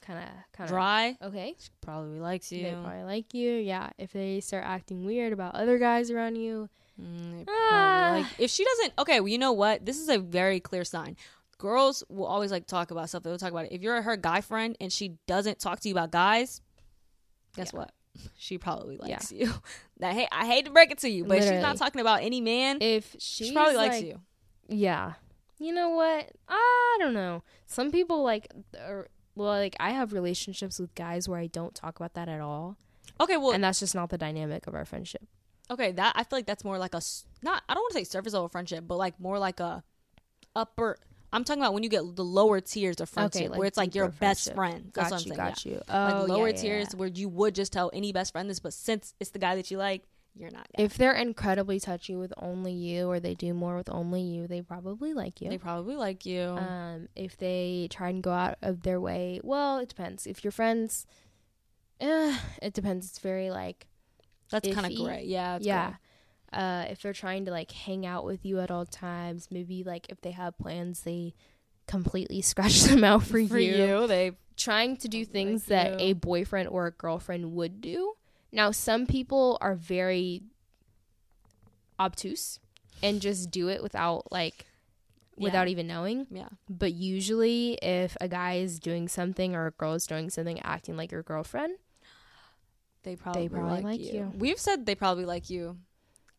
S2: kind of kind of
S1: dry,
S2: okay,
S1: she probably likes you.
S2: uh, they probably like you. Yeah, if they start acting weird about other guys around you,
S1: Mm, they probably
S2: Ah.
S1: like- if she doesn't, okay, well, you know what? This is a very clear sign. Girls will always like talk about stuff. They'll talk about it. If you're her guy friend and she doesn't talk to you about guys, guess
S2: Yeah.
S1: what? [laughs] She probably likes you. [laughs] Now, hey, I hate to break it to you, but if she's not
S2: Literally.
S1: talking about any man.
S2: if she's
S1: she probably likes
S2: like-
S1: you.
S2: yeah, you know what? I don't know. Some people like, or, well, like I have relationships with guys where I don't talk about that at all,
S1: Okay, well,
S2: and that's just not the dynamic of our friendship.
S1: okay. That I feel like that's more like a s- not. I don't want to say surface level friendship, but like more like a upper. I'm talking about when you get the lower tiers of friendship,
S2: like
S1: where it's like your
S2: deeper
S1: best friend.
S2: friendship.
S1: That's what
S2: Got
S1: I'm
S2: you,
S1: saying, yeah.
S2: got you.
S1: like
S2: Oh, yeah,
S1: lower
S2: yeah,
S1: tiers
S2: yeah.
S1: where you would just tell any best friend this, but since it's the guy that you like, you're not. gonna-
S2: If they're incredibly touchy with only you, or they do more with only you, they probably like you.
S1: They probably like you.
S2: um, if they try and go out of their way well it depends if your friends eh, it depends it's very like
S1: That's kind of
S2: iffy.
S1: great. Yeah. it's
S2: yeah
S1: gray.
S2: uh, if they're trying to like hang out with you at all times maybe like if they have plans they completely [laughs] scratch them out for,
S1: For
S2: you.
S1: you, they
S2: trying to do
S1: Like
S2: things that
S1: you.
S2: a boyfriend or a girlfriend would do now some people are very obtuse and just do it without like
S1: Yeah.
S2: without even knowing
S1: yeah.
S2: but usually, if a guy is doing something or a girl is doing something, acting like your girlfriend,
S1: They probably,
S2: probably
S1: like,
S2: like
S1: you.
S2: you.
S1: We've said they probably like you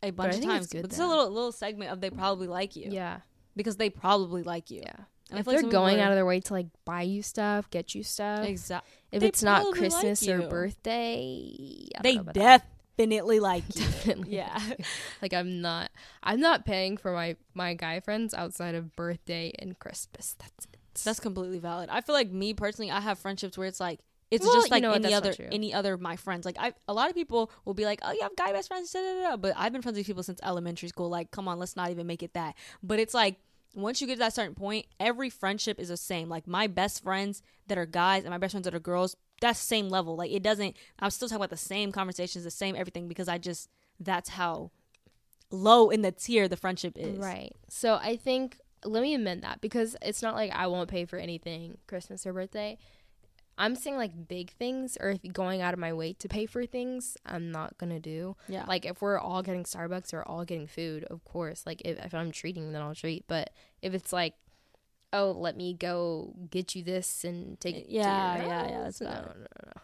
S1: a bunch
S2: I
S1: of
S2: think it's
S1: times.
S2: good
S1: but it's a
S2: though.
S1: little little segment of they probably like you
S2: yeah,
S1: because they probably like you.
S2: yeah.
S1: And I
S2: if
S1: feel like
S2: they're
S1: some people
S2: going
S1: are-
S2: out of their way to like buy you stuff, get you stuff,
S1: exactly.
S2: if
S1: they
S2: it's not
S1: probably like
S2: Christmas
S1: you.
S2: or birthday, I don't
S1: They
S2: know about that.
S1: definitely [laughs] like you.
S2: definitely.
S1: yeah.
S2: [laughs] Like I'm not, I'm not paying for my my guy friends outside of birthday and Christmas. That's it.
S1: That's completely valid. I feel like me personally, I have friendships where it's like it's
S2: Well,
S1: just
S2: you
S1: like
S2: know what,
S1: any
S2: that's not
S1: other
S2: true.
S1: any other of my friends. Like I, a lot of people will be like, "Oh, you have guy best friends," da, da, da," but I've been friends with people since elementary school. Like, come on, let's not even make it that. But it's like once you get to that certain point, every friendship is the same. Like my best friends that are guys and my best friends that are girls, that's the same level. Like it doesn't. I'm still talking about the same conversations, the same everything because I just that's how low in the tier the friendship is.
S2: Right. So I think let me amend that because it's not like I won't pay for anything Christmas or birthday. I'm saying like big things or if going out of my way to pay for things, I'm not gonna do.
S1: Yeah.
S2: Like if we're all getting Starbucks or all getting food, of course. Like if, if I'm treating, then I'll treat. But if it's like, oh, let me go get you this and take it.
S1: Yeah,
S2: to your
S1: yeah, yeah,
S2: house,"
S1: that's
S2: no, no,
S1: valid.
S2: no, no.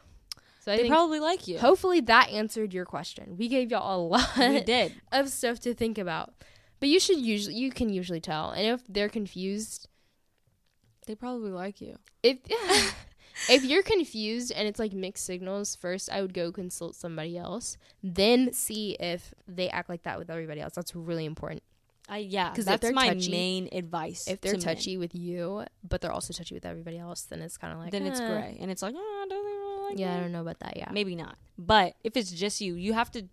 S2: So I
S1: They
S2: think
S1: probably like you.
S2: hopefully that answered your question. We gave y'all a lot [laughs]
S1: we did.
S2: of stuff to think about. But you should usually you can usually tell. And if they're confused,
S1: They probably like you.
S2: if [laughs] if you're confused and it's like mixed signals, first I would go consult somebody else, then see if they act like that with everybody else. That's really important.
S1: I yeah, because
S2: 'Cause if
S1: that's
S2: they're
S1: my
S2: touchy-
S1: main advice.
S2: If they're
S1: to men.
S2: touchy with you, but they're also touchy with everybody else, then it's kind of like
S1: then it's
S2: eh,
S1: gray, and it's like, oh, do they really like
S2: Yeah, I
S1: me?"
S2: don't know about that. Yeah,
S1: maybe not. But if it's just you, you have to t-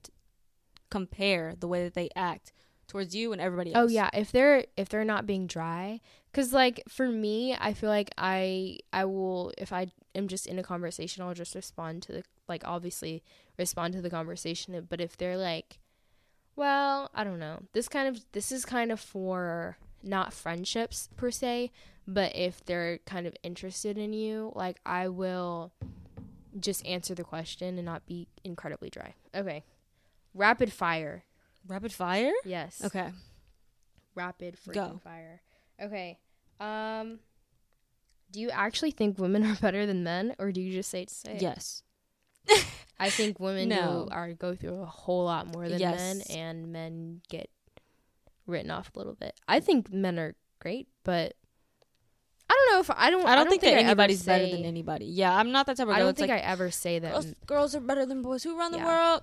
S1: compare the way that they act towards you and everybody
S2: Oh
S1: else.
S2: yeah, if they're if they're not being dry, because like for me, I feel like I I will if I am just in a conversation, I'll just respond to the like obviously respond to the conversation. But if they're like, well, I don't know, this kind of this is kind of for not friendships per se, but if they're kind of interested in you, like I will just answer the question and not be incredibly dry. Okay, rapid fire.
S1: rapid fire.
S2: Yes
S1: Okay,
S2: rapid freaking
S1: Go.
S2: fire. Okay. Um Do you actually think women [laughs] are better than men, or do you just say it to say it?
S1: Yes.
S2: I think women
S1: No.
S2: go, are go through a whole lot more than
S1: Yes.
S2: men, and men get written off a little bit. I think men are great, but I don't know if I don't.
S1: I don't, think, that
S2: I ever
S1: anybody's better
S2: say-
S1: than anybody. Yeah, I'm not that type of girl.
S2: I don't
S1: It's
S2: think
S1: like,
S2: I ever say that,
S1: girls, girls are better than boys. Who run the
S2: Yeah.
S1: world?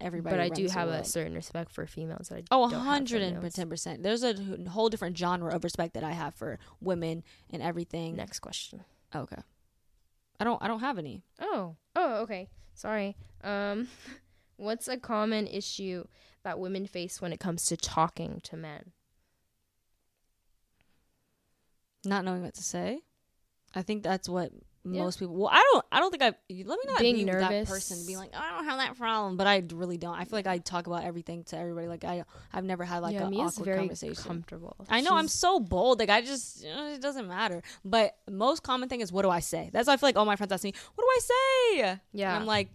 S1: Everybody.
S2: but I do
S1: runs the
S2: have a
S1: world.
S2: certain respect for females. That I
S1: Oh,
S2: don't have for males.
S1: 110%. There's a whole different genre of respect that I have for women and everything.
S2: Next question.
S1: Okay. I don't I don't have any.
S2: Oh, oh, okay. Sorry. Um, [laughs] what's a common issue that women face when it comes to talking to men?
S1: Not knowing what to say. I think that's what
S2: Yeah.
S1: most people Well, I don't I don't think I let me not
S2: Being
S1: be that
S2: nervous.
S1: person being like, oh, I don't have that problem, but I d- really don't. I feel like I talk about everything to everybody like I I've never had like
S2: yeah,
S1: an
S2: Mia's
S1: awkward
S2: very
S1: conversation.
S2: comfortable.
S1: I know I'm
S2: She's-
S1: so bold. Like I just you know, it doesn't matter. But most common thing is what do I say? That's why I feel like all my friends ask me, what do I say?
S2: yeah.
S1: And I'm like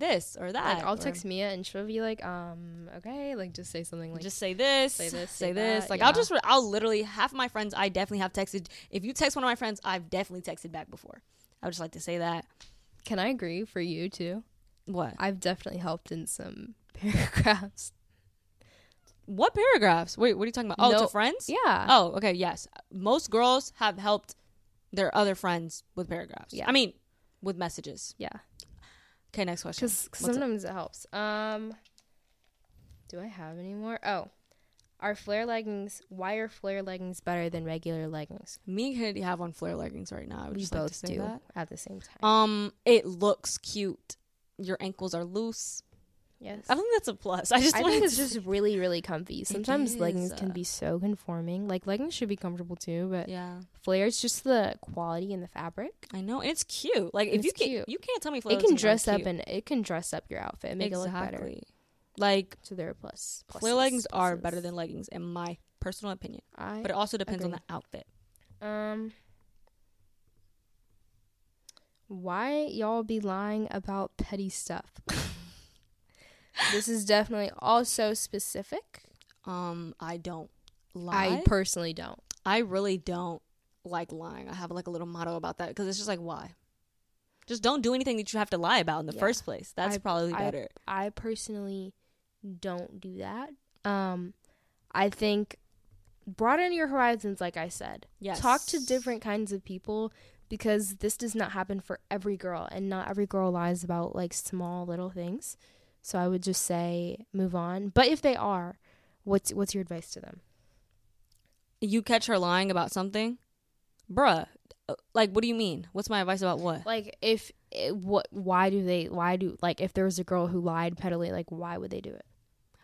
S1: this or that.
S2: like I'll
S1: or
S2: text Mia and she'll be like, um, okay, like just say something like
S1: just say this,
S2: say this,
S1: say
S2: say
S1: this.
S2: that,
S1: Like
S2: yeah.
S1: I'll just, I'll literally half of my friends. I definitely have texted. If you text one of my friends, I've definitely texted back before. I would just like to say that.
S2: Can I agree for you too?
S1: What?
S2: I've definitely helped in some [laughs] paragraphs.
S1: What paragraphs? Wait, what are you talking about? Oh,
S2: No.
S1: to friends?
S2: Yeah.
S1: Oh, okay. Yes, most girls have helped their other friends with paragraphs.
S2: Yeah.
S1: I mean, with messages.
S2: Yeah.
S1: Okay, next question.
S2: Because
S1: What's up?
S2: sometimes it helps. Um, do I have any more? Oh, are flare leggings? Why are flare leggings better than regular leggings?
S1: Me and Kennedy have on flare leggings right now. I would
S2: We
S1: just like to
S2: both
S1: say
S2: do
S1: that.
S2: at the same time.
S1: Um, it looks cute. Your ankles are loose.
S2: yes.
S1: I don't think that's a plus. I just
S2: I
S1: wanted
S2: think it's
S1: to-
S2: just really, really comfy. Sometimes leggings
S1: is,
S2: can
S1: uh,
S2: be so conforming. Like leggings should be comfortable too, but
S1: yeah.
S2: flares just the quality and the fabric.
S1: I know, and it's cute. Like if
S2: it's
S1: you can,
S2: cute.
S1: you can't tell me.
S2: it can dress up and it can dress up your outfit, and make it look
S1: exactly.
S2: better.
S1: Like
S2: So there are plus.
S1: flare
S2: pluses,
S1: leggings are
S2: pluses.
S1: better than leggings, in my personal opinion.
S2: I
S1: But it also depends on
S2: agree.
S1: the outfit.
S2: Um, why y'all be lying about petty stuff?
S1: [laughs]
S2: this is definitely also specific.
S1: Um, I don't
S2: I
S1: lie. I,
S2: personally don't.
S1: really don't like lying. I have like a little motto about that because it's just like why. Just don't do anything that you have to lie about in the
S2: Yeah.
S1: first place. That's
S2: I-
S1: probably
S2: I-
S1: better.
S2: I personally don't do that. Um, I think broaden your horizons, like I said.
S1: Yes.
S2: Talk to different kinds of people because this does not happen for every girl, and not every girl lies about like small little things. So I would just say move on. But if they are, what's what's your advice to them?
S1: You catch her lying about something, bruh. uh, Like, what do you mean? What's my advice about what?
S2: Like if it, what why do they why do like if there was a girl who lied pettily, like why would they do it?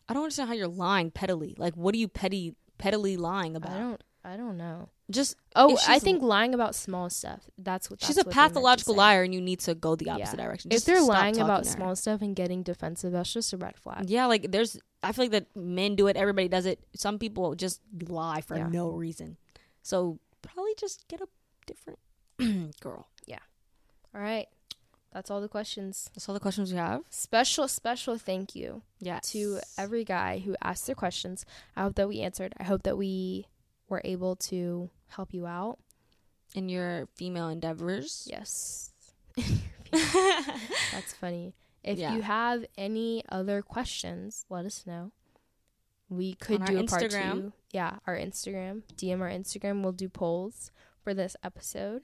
S1: I don't understand how you're lying pettily. Like, what are you petty, pettily lying
S2: I
S1: about?
S2: don't I don't know.
S1: Just
S2: Oh,
S1: If
S2: I
S1: she's-
S2: think lying about small stuff. That's what
S1: she's
S2: that's
S1: a
S2: what they meant to
S1: pathological
S2: say.
S1: liar, and you need to go the opposite
S2: Yeah.
S1: direction.
S2: If
S1: Just
S2: they're
S1: stop
S2: lying
S1: talking
S2: about
S1: to her.
S2: small stuff and getting defensive, that's just a red flag.
S1: yeah, like there's, I feel like that men do it. Everybody does it. Some people just lie for
S2: Yeah.
S1: no reason. So probably just get a different [clears throat] girl.
S2: All right, that's all the questions.
S1: That's all the questions we have.
S2: Special, special thank you
S1: Yeah.
S2: to every guy who asked their questions. I hope that we answered. I hope that we were able to help you out.
S1: in your female endeavors.
S2: [laughs] Yes, that's funny. If
S1: Yeah.
S2: you have any other questions, let us know. We could
S1: On our
S2: do a part
S1: Instagram.
S2: two. Yeah, our Instagram. DM our Instagram. We'll do polls for this episode.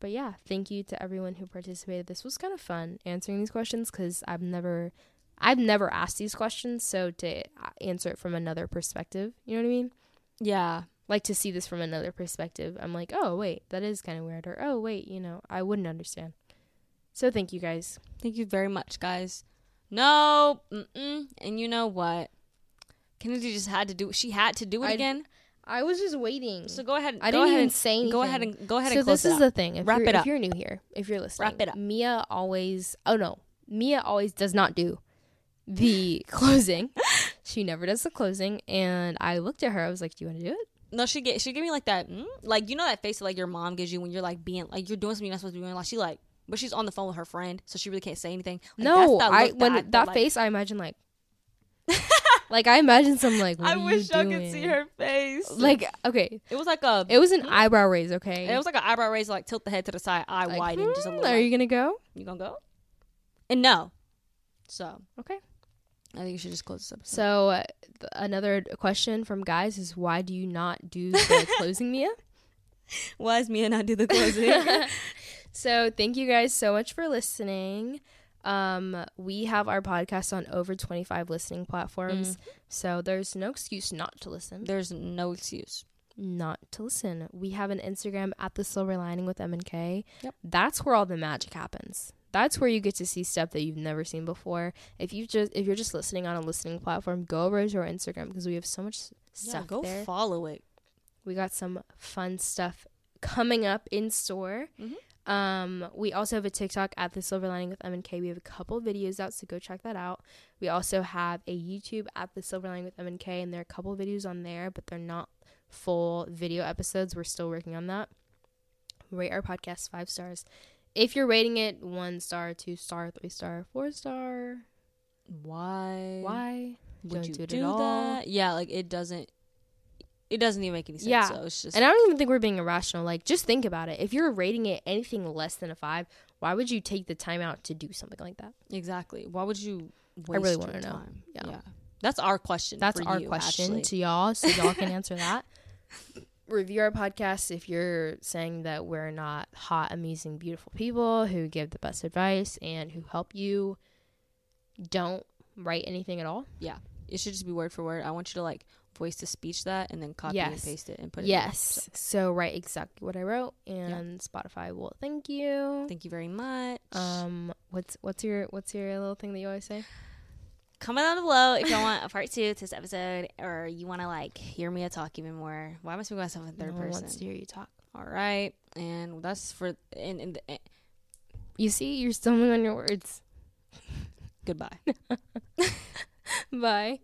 S2: But yeah, thank you to everyone who participated. This was kind of fun answering these questions because I've never, I've never asked these questions. So to uh, answer it from another perspective, you know what I mean?
S1: [laughs] yeah.
S2: Like to see this from another perspective. I'm like, oh wait, that is kind of weird, or oh wait, you know, I wouldn't understand. So thank you guys.
S1: Thank you very much, guys. No, mm-mm. and you know what? Kennedy just had to do. She had to do it
S2: I-
S1: again.
S2: I was just waiting.
S1: So go ahead.
S2: I
S1: go
S2: didn't
S1: ahead
S2: even
S1: and,
S2: say anything.
S1: Go ahead and go ahead
S2: so
S1: and close
S2: this is
S1: it
S2: the thing. If
S1: Wrap
S2: you're,
S1: it
S2: If
S1: up.
S2: you're new here, if you're listening,
S1: Wrap it up.
S2: Mia always. Oh no, Mia always does not do
S1: [laughs]
S2: the closing. She never does the closing, and I looked at her. I was like, "Do you want to do it?"
S1: no, she get she give me like that, mm? like you know that face that like your mom gives you when you're like being like you're doing something you're not supposed to be doing. Like she like, but she's on the phone with her friend, so she really can't say anything. Like, that's
S2: no,
S1: that
S2: I
S1: look
S2: when
S1: I [laughs]
S2: that,
S1: feel like-
S2: face, I imagine like Like I imagine some like.
S1: I
S2: "What are
S1: wish
S2: you
S1: y'all could see
S2: doing?"
S1: her face.
S2: Like okay,
S1: it was like a it,
S2: it was an eyebrow raise. Okay,
S1: was like an eyebrow raise, like tilt the head to the side, eye
S2: Like,
S1: widened just a
S2: "Hmm,
S1: little.
S2: Are
S1: like,
S2: you gonna go?
S1: you gonna go? And no. So
S2: Okay.
S1: I think you should just close this episode.
S2: So uh, th- another question from guys is why do you not
S1: [laughs]
S2: do the closing Mia?
S1: Why is me and I do the closing?
S2: [laughs] so thank you guys so much for listening. Um, we have our podcast on over 25 listening platforms,
S1: Mm-hmm.
S2: so there's no excuse not to listen.
S1: [laughs] There's no excuse.
S2: Not to listen. We have an Instagram at the Silver Lining with M and K.
S1: Yep.
S2: That's where all the magic happens. That's where you get to see stuff that you've never seen before. If you just if you're just listening on a listening platform, go over to our Instagram because we have so much s-
S1: Yeah,
S2: stuff
S1: go
S2: there.
S1: follow it.
S2: We got some fun stuff coming up in store.
S1: Mm-hmm.
S2: Um, we also have a TikTok at the Silver Lining with M and K. We have a couple videos out, so go check that out. We also have a YouTube at the Silver Lining with M and K, and there are a couple videos on there, but they're not full video episodes. We're still working on that. Rate our podcast five stars. If you're rating it one star, two star, three star, four star,
S1: Why?
S2: why
S1: would
S2: Don't
S1: you
S2: do
S1: do,
S2: it at all.
S1: that? Yeah, like it doesn't. It doesn't even make any sense.
S2: Yeah.
S1: So it's just
S2: And I don't even think we're being irrational. Like, just think about it. If you're rating it anything less than a five, why would you take the time out to do something like that?
S1: exactly. Why would you? Waste
S2: I really
S1: want to
S2: wanna know.
S1: Time?
S2: Yeah.
S1: That's our question.
S2: That's
S1: for
S2: our
S1: you,
S2: question
S1: Ashley.
S2: to y'all, so y'all can answer [laughs] that. Review our podcast if you're saying that we're not hot, amazing, beautiful people who give the best advice and who help you. Don't write anything at all.
S1: It should just be word for word. I want you to like voice to speech that and then copy and
S2: Yes.
S1: paste it and put it. in.
S2: Yes. So write exactly what I wrote, and Spotify will thank you.
S1: Thank you very much.
S2: Um, what's what's your what's your little thing that you always say?
S1: Comment down below if you want a part two to this episode or you want to like hear me talk even more. Why am I speaking to myself in third
S2: no one
S1: person?
S2: wants to hear you talk.
S1: All right. And that's for. And, and, eh, and
S2: You
S1: [laughs]
S2: see, you're stumbling on your words.
S1: goodbye.
S2: Bye.